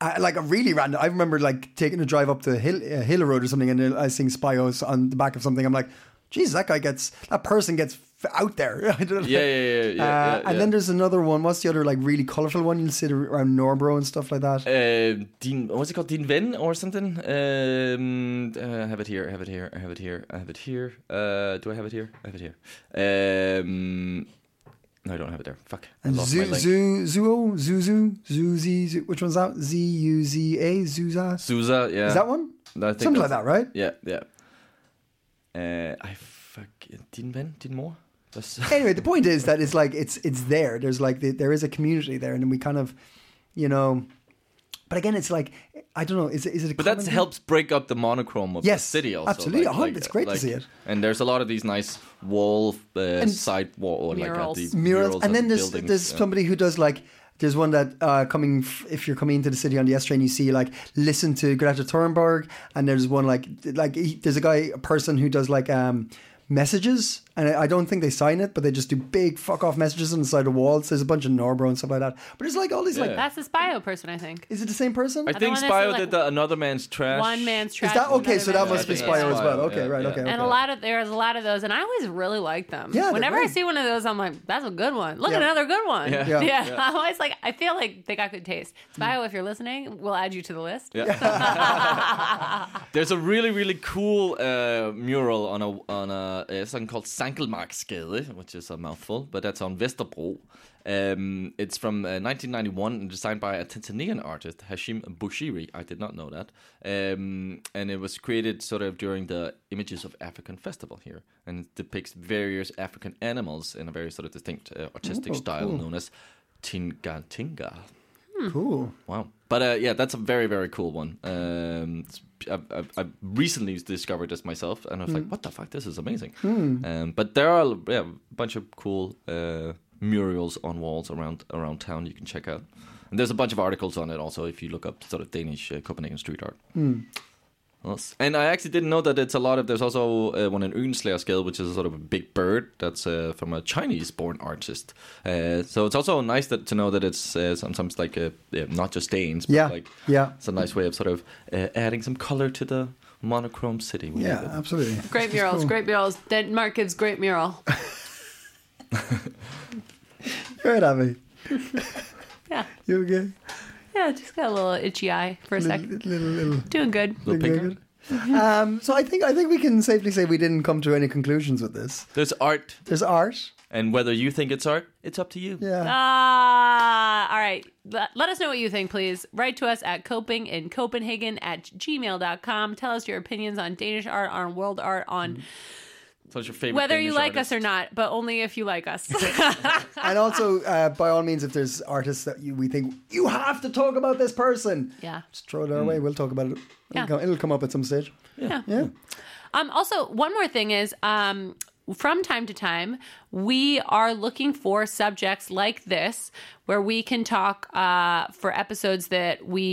[SPEAKER 1] I, like a really random. I remember like taking a drive up the hill, uh, Hill Road or something, and I seen spyos on the back of something. I'm like, Jesus, that guy gets that person gets f- out there. <laughs> I don't know.
[SPEAKER 3] Yeah, yeah, yeah, yeah,
[SPEAKER 1] Uh,
[SPEAKER 3] yeah,
[SPEAKER 1] and
[SPEAKER 3] yeah.
[SPEAKER 1] then there's another one. What's the other like really colorful one you'll see around Norbro and stuff like that?
[SPEAKER 3] Uh, Dean, what's it called? Dean Ven or something? Um, uh, I have it here. I have it here. I have it here. I have it here. Uh, do I have it here? I have it here. Um, no, I don't have it there. Fuck. I
[SPEAKER 1] And
[SPEAKER 3] lost
[SPEAKER 1] zoo,
[SPEAKER 3] my link.
[SPEAKER 1] zoo, zuo, zuzu, zuzi, zu, which one's that? Z U Z A, Zuza.
[SPEAKER 3] Sousa, yeah.
[SPEAKER 1] Is that one?
[SPEAKER 3] No, I think
[SPEAKER 1] Something like that,
[SPEAKER 3] that's-
[SPEAKER 1] right?
[SPEAKER 3] Yeah, yeah. Uh, I fuck. Dean Ven? Dean Moore? That's-
[SPEAKER 1] anyway, the point is that it's like it's it's there. There's like the, there is a community there, and we kind of, you know, but again, it's like I don't know. Is it is it? A
[SPEAKER 3] But that
[SPEAKER 1] common-
[SPEAKER 3] helps break up the monochrome of
[SPEAKER 1] Yes,
[SPEAKER 3] the city also.
[SPEAKER 1] absolutely. I hope it's great to see it.
[SPEAKER 3] And there's a lot of these nice wall, uh, side wall, or like uh,
[SPEAKER 2] Murals.
[SPEAKER 1] murals,
[SPEAKER 3] the murals
[SPEAKER 1] and then
[SPEAKER 3] the
[SPEAKER 1] there's
[SPEAKER 3] buildings,
[SPEAKER 1] there's
[SPEAKER 3] yeah.
[SPEAKER 1] somebody who does like. There's one that uh, coming f- if you're coming into the city on the S train, you see like listen to Greta Thunberg, and there's one like like he, there's a guy a person who does like um messages, and I, I don't think they sign it, but they just do big fuck off messages on the side of walls. There's a bunch of Norbro and stuff like that. But there's like all these like
[SPEAKER 2] That's the Spio person, I think.
[SPEAKER 1] is it the same person?
[SPEAKER 3] I think
[SPEAKER 2] one that
[SPEAKER 3] Spyro
[SPEAKER 2] said,
[SPEAKER 3] did
[SPEAKER 2] like,
[SPEAKER 3] the another man's trash.
[SPEAKER 2] One man's trash.
[SPEAKER 1] Is that okay?
[SPEAKER 2] another
[SPEAKER 1] So that must
[SPEAKER 2] man's
[SPEAKER 1] be
[SPEAKER 3] Yeah,
[SPEAKER 2] trash.
[SPEAKER 3] yeah,
[SPEAKER 1] Spyro as well.
[SPEAKER 3] yeah.
[SPEAKER 1] Okay,
[SPEAKER 3] Yeah,
[SPEAKER 1] right.
[SPEAKER 3] yeah.
[SPEAKER 1] Okay, okay.
[SPEAKER 2] And a lot of there's a lot of those, and I always really like them.
[SPEAKER 1] Yeah, they're
[SPEAKER 2] Whenever I
[SPEAKER 1] great.
[SPEAKER 2] see one of those, I'm like, "That's a good one. Look at
[SPEAKER 1] Yeah.
[SPEAKER 2] another good one." <laughs> Yeah,
[SPEAKER 1] Yeah. Hmm.
[SPEAKER 2] I'm always like, I feel like they got good taste. Spio, if you're listening, we'll add you to the list.
[SPEAKER 3] There's a really really cool uh, mural on a on a uh, something called Sankelmarksgade, which is a mouthful, but that's on Vesterbro. Um, it's from uh, 1991 and designed by a Tanzanian artist Hashim Bushiri. I did not know that, um, and it was created sort of during the Images of African Festival here, and it depicts various African animals in a very sort of distinct uh, artistic style known as Tingatinga.
[SPEAKER 1] cool.
[SPEAKER 3] Wow. But uh, yeah, that's a very, very cool one. Um, it's- I, I, I recently discovered this myself, and I was like, what the fuck? This is amazing. Um, but there are yeah, a bunch of cool uh, murals on walls around around town you can check out. And there's a bunch of articles on it also if you look up sort of Danish uh, Copenhagen street art. Yes. And I actually didn't know that it's a lot of. There's also uh, one in Oehlenschläger scale, which is sort of a big bird that's uh, from a Chinese-born artist. Uh, so it's also nice that, to know that it's uh, sometimes like uh yeah, not just Danes, but
[SPEAKER 1] Yeah,
[SPEAKER 3] like
[SPEAKER 1] yeah.
[SPEAKER 3] it's a nice way of sort of uh, adding some color to the monochrome city. we
[SPEAKER 1] Yeah,
[SPEAKER 3] live in.
[SPEAKER 1] absolutely. <laughs>
[SPEAKER 2] Great murals, great murals. Denmark gives great mural.
[SPEAKER 1] Great, Abby.
[SPEAKER 2] Yeah,
[SPEAKER 1] You okay?
[SPEAKER 2] yeah. Just got a little itchy eye for a sec.
[SPEAKER 1] Little, little.
[SPEAKER 2] Doing good.
[SPEAKER 3] Little
[SPEAKER 1] Very
[SPEAKER 3] pink.
[SPEAKER 1] Um, so I think I think we can safely say we didn't come to any conclusions with this.
[SPEAKER 3] There's art,
[SPEAKER 1] There's <laughs> art.
[SPEAKER 3] and whether you think it's art, it's up to you.
[SPEAKER 1] Yeah.
[SPEAKER 2] Ah, all right. Let, let us know what you think, please. Write to us at coping in Copenhagen at gmail.com. Tell us your opinions on Danish art, on world art, on
[SPEAKER 3] So it's your favorite.
[SPEAKER 2] whether you
[SPEAKER 3] Mm-hmm. Danish
[SPEAKER 2] like
[SPEAKER 3] artist.
[SPEAKER 2] us or not, but only if you like us.
[SPEAKER 1] and also, uh, by all means, if there's artists that you, we think you have to talk about this person,
[SPEAKER 2] yeah.
[SPEAKER 1] just throw it our
[SPEAKER 3] Mm.
[SPEAKER 1] way. We'll talk about it. It'll,
[SPEAKER 2] Yeah.
[SPEAKER 1] come, it'll come up at some stage.
[SPEAKER 2] Yeah.
[SPEAKER 1] Yeah.
[SPEAKER 2] Um, also, one more thing is um, from time to time, we are looking for subjects like this where we can talk uh, for episodes that we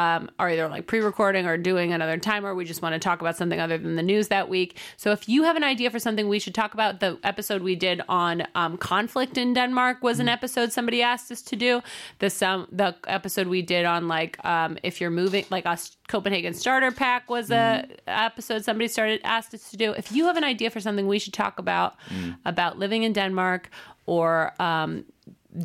[SPEAKER 2] um, are either like pre recording or doing another time, or we just want to talk about something other than the news that week. So if you have an idea for something we should talk about, the episode we did on um, conflict in Denmark was an episode somebody asked us to do. The some the episode we did on like um, if you're moving like us Copenhagen starter pack was a episode somebody started asked us to do. If you have an idea for something we should talk about about living in Denmark or um,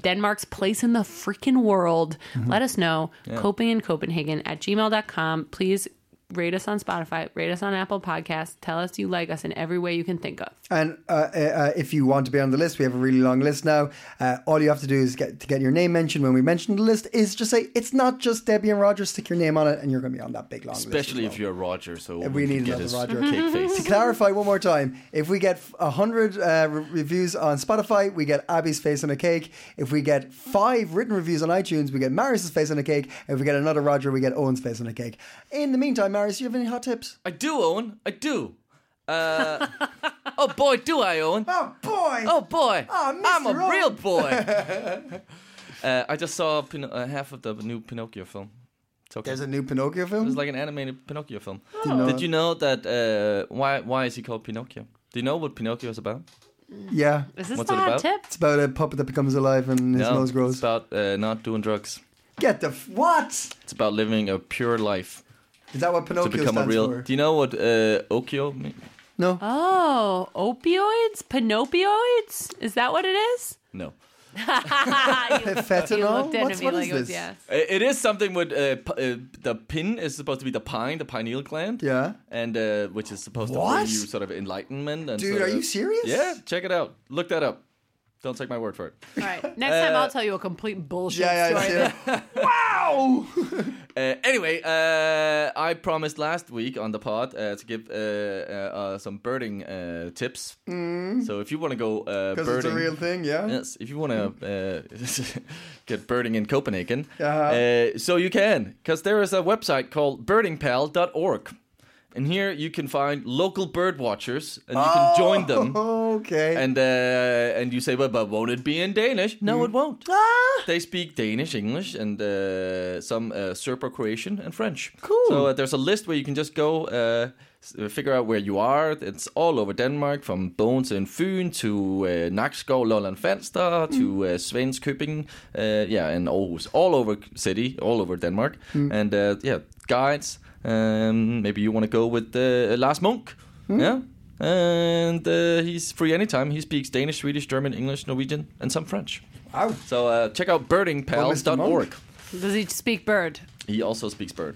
[SPEAKER 2] Denmark's place in the freaking world, let us know. Coping in Copenhagen at gmail.com. Please rate us on Spotify, rate us on Apple Podcasts. Tell us you like us in every way you can think of.
[SPEAKER 1] And uh, uh, uh, if you want to be on the list, we have a really long list now. Uh, all you have to do is get to get your name mentioned when we mention the list is just say it's not just Debbie and Roger. Stick your name on it, and you're going to be on that big long list.
[SPEAKER 3] Especially if you're Roger, so we,
[SPEAKER 1] we
[SPEAKER 3] can
[SPEAKER 1] need
[SPEAKER 3] get
[SPEAKER 1] another
[SPEAKER 3] his
[SPEAKER 1] Roger.
[SPEAKER 3] cake face.
[SPEAKER 1] <laughs> To
[SPEAKER 2] <laughs>
[SPEAKER 1] clarify one more time, if we get 100 uh, re- reviews on Spotify, we get Abby's face on a cake. If we get five written reviews on iTunes, we get Marius's face on a cake. If we get another Roger, we get Owen's face on a cake. In the meantime, Marius, you have any hot tips?
[SPEAKER 3] I do own. I do.
[SPEAKER 2] <laughs>
[SPEAKER 3] Uh, oh boy, do I own.
[SPEAKER 1] Oh, boy!
[SPEAKER 3] Oh boy,
[SPEAKER 1] Ah,
[SPEAKER 3] I'm a
[SPEAKER 1] Mr. Owen.
[SPEAKER 3] real
[SPEAKER 1] <laughs>
[SPEAKER 3] boy. uh, I just saw Pin- uh, half of the new Pinocchio film. It's okay.
[SPEAKER 1] There's a new Pinocchio film?
[SPEAKER 3] it's like an animated Pinocchio film.
[SPEAKER 1] you know
[SPEAKER 3] Did
[SPEAKER 1] it?
[SPEAKER 3] you know that? Uh, why why is he called Pinocchio? Do you know what Pinocchio is about?
[SPEAKER 1] yeah.
[SPEAKER 2] Is this
[SPEAKER 3] What's
[SPEAKER 2] the
[SPEAKER 3] it
[SPEAKER 2] hot
[SPEAKER 3] about?
[SPEAKER 2] tip?
[SPEAKER 1] It's about a puppet that becomes alive and his nose
[SPEAKER 3] It's
[SPEAKER 1] grows.
[SPEAKER 3] about uh, not doing drugs.
[SPEAKER 1] Get the. F- what?
[SPEAKER 3] It's about living a pure life
[SPEAKER 1] Is that what
[SPEAKER 3] to
[SPEAKER 1] Pinocchio
[SPEAKER 3] become a
[SPEAKER 1] stands
[SPEAKER 3] real.
[SPEAKER 1] for?
[SPEAKER 3] Do you know what uh, Okio means?
[SPEAKER 1] no.
[SPEAKER 2] Oh, opioids? Pinopioids? Is that what it <laughs> is?
[SPEAKER 3] No.
[SPEAKER 2] Ah, <laughs> You
[SPEAKER 1] Fentanyl?
[SPEAKER 2] looked at
[SPEAKER 1] What's,
[SPEAKER 2] me
[SPEAKER 1] what
[SPEAKER 2] like
[SPEAKER 1] is
[SPEAKER 2] it was
[SPEAKER 1] this?
[SPEAKER 2] yes.
[SPEAKER 3] I- It is something with uh, p- uh, the pin is supposed to be the pine, the pineal gland.
[SPEAKER 1] Yeah.
[SPEAKER 3] and uh, which is supposed to
[SPEAKER 1] What?
[SPEAKER 3] bring you sort of enlightenment. And
[SPEAKER 1] Dude,
[SPEAKER 3] sort
[SPEAKER 1] are
[SPEAKER 3] of-
[SPEAKER 1] you serious?
[SPEAKER 3] Yeah, check it out. Look that up. Don't take my word for it.
[SPEAKER 2] <laughs> All right. Next
[SPEAKER 3] Uh,
[SPEAKER 2] time I'll tell you a complete bullshit
[SPEAKER 1] Yeah, yeah,
[SPEAKER 2] story.
[SPEAKER 1] yeah. <laughs> wow!
[SPEAKER 3] <laughs> Uh, anyway, uh, I promised last week on the pod uh, to give uh, uh, uh, some birding uh, tips. So if you want to go uh,
[SPEAKER 1] Because Mm. it's
[SPEAKER 3] birding,
[SPEAKER 1] a real thing, yeah? Mm.
[SPEAKER 3] Yes, if you want to uh, <laughs> get birding in Copenhagen,
[SPEAKER 1] Uh-huh.
[SPEAKER 3] uh, so you can, because there is a website called birdingpal.org. And here you can find local bird watchers and you can join
[SPEAKER 1] <laughs>
[SPEAKER 3] them.
[SPEAKER 1] Oh, Okay.
[SPEAKER 3] And uh, and you say, well, but won't it be in Danish? No, it won't.
[SPEAKER 1] Ah!
[SPEAKER 3] They speak Danish, English, and uh, some uh, Serbo-Croatian and French.
[SPEAKER 1] Cool.
[SPEAKER 3] So uh, there's a list where you can just go uh, s- uh, figure out where you are. It's all over Denmark, from Bones and Fyn to uh, Nakskov, Lolland Falster
[SPEAKER 1] Mm.
[SPEAKER 3] to uh, Svenskøbing, uh, yeah, and Aarhus. All over city, all over Denmark,
[SPEAKER 1] Mm.
[SPEAKER 3] and uh, yeah, guides. Um, maybe you want to go with uh, Lars Munk,
[SPEAKER 1] Mm.
[SPEAKER 3] yeah. And uh, he's free anytime. He speaks Danish, Swedish, German, English, Norwegian, and some French.
[SPEAKER 1] Wow.
[SPEAKER 3] So uh, check out
[SPEAKER 1] Well, Mr. Monk.
[SPEAKER 3] birdingpals.org.
[SPEAKER 2] Does he speak bird?
[SPEAKER 3] He also speaks bird.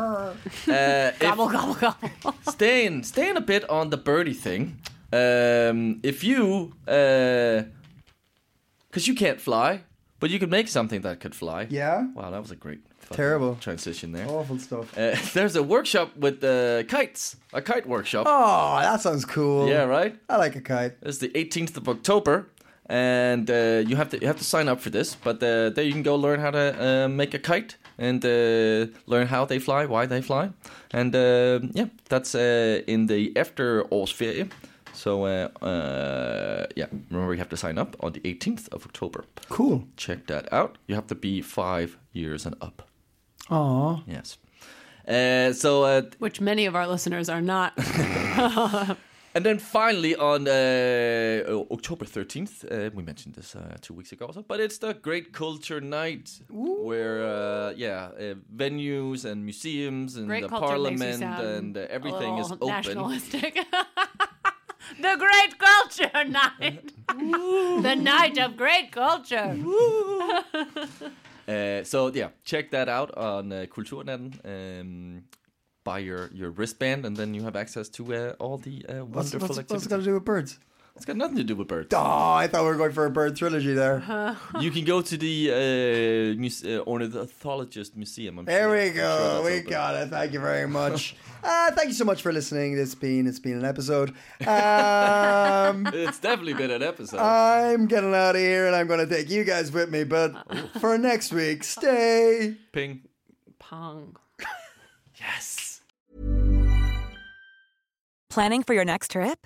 [SPEAKER 3] Uh, if-
[SPEAKER 2] Gobble, gobble, gobble. <laughs>
[SPEAKER 3] staying staying a bit on the birdie thing. Um, if you, because you can't fly, but you could make something that could fly.
[SPEAKER 1] Yeah.
[SPEAKER 3] Wow, that was a great fucking
[SPEAKER 1] Terrible. Oh.
[SPEAKER 3] transition there.
[SPEAKER 1] <laughs> Awful stuff.
[SPEAKER 3] Uh, <laughs> there's a workshop with uh, kites, a kite workshop.
[SPEAKER 1] Oh, that sounds cool.
[SPEAKER 3] Yeah, right.
[SPEAKER 1] I like a kite.
[SPEAKER 3] It's the 18th of October, and uh, you have to you have to sign up for this. But uh, there you can go learn how to uh, make a kite and uh, learn how they fly, why they fly, and uh, yeah, that's uh, in the after årsferie. So uh, uh, yeah, remember you have to sign up on the 18th of October.
[SPEAKER 1] Cool.
[SPEAKER 3] Check that out. You have to be five years and up.
[SPEAKER 1] Aw.
[SPEAKER 3] Yes. Uh, so uh,
[SPEAKER 2] which many of our listeners are not.
[SPEAKER 3] And then finally, on uh, O- October 13th, uh, we mentioned this uh, two weeks ago also, but it's the Great Culture Night, where, uh, yeah, uh, venues and museums and
[SPEAKER 2] Great
[SPEAKER 3] the
[SPEAKER 2] culture makes you
[SPEAKER 3] parliament
[SPEAKER 2] sound
[SPEAKER 3] and
[SPEAKER 1] Oh,
[SPEAKER 3] uh, everything
[SPEAKER 2] a
[SPEAKER 3] is
[SPEAKER 2] little
[SPEAKER 3] open.
[SPEAKER 2] Nationalistic. <laughs> the Great Culture
[SPEAKER 3] <laughs>
[SPEAKER 2] Night. the Night of Great Culture.
[SPEAKER 3] Uh, so, yeah, check that out on uh, Kulturnatten. Um, buy your, your wristband, and then you have access to uh, all the uh,
[SPEAKER 1] What's,
[SPEAKER 3] wonderful
[SPEAKER 1] what's, what's
[SPEAKER 3] activities.
[SPEAKER 1] it got to do with birds?
[SPEAKER 3] it's got nothing to do
[SPEAKER 1] <laughs>
[SPEAKER 3] with birds.
[SPEAKER 1] Oh, I thought we were going for a bird trilogy
[SPEAKER 2] <laughs>
[SPEAKER 1] there.
[SPEAKER 3] you can go to the uh, muse- uh, Ornithologist Museum. I'm
[SPEAKER 1] There
[SPEAKER 3] sure-
[SPEAKER 1] we
[SPEAKER 3] I'm sure
[SPEAKER 1] go.
[SPEAKER 3] that's
[SPEAKER 1] we
[SPEAKER 3] open.
[SPEAKER 1] got it. Thank you
[SPEAKER 3] <laughs>
[SPEAKER 1] very much. uh, thank you so much for listening. It's been it's been an episode. Um,
[SPEAKER 3] <laughs> It's definitely been an episode.
[SPEAKER 1] I'm getting out of here, and I'm going to take you guys with me. But for next week, stay.
[SPEAKER 3] Ping.
[SPEAKER 2] <laughs> Pong.
[SPEAKER 3] Yes.
[SPEAKER 5] Planning for your next trip?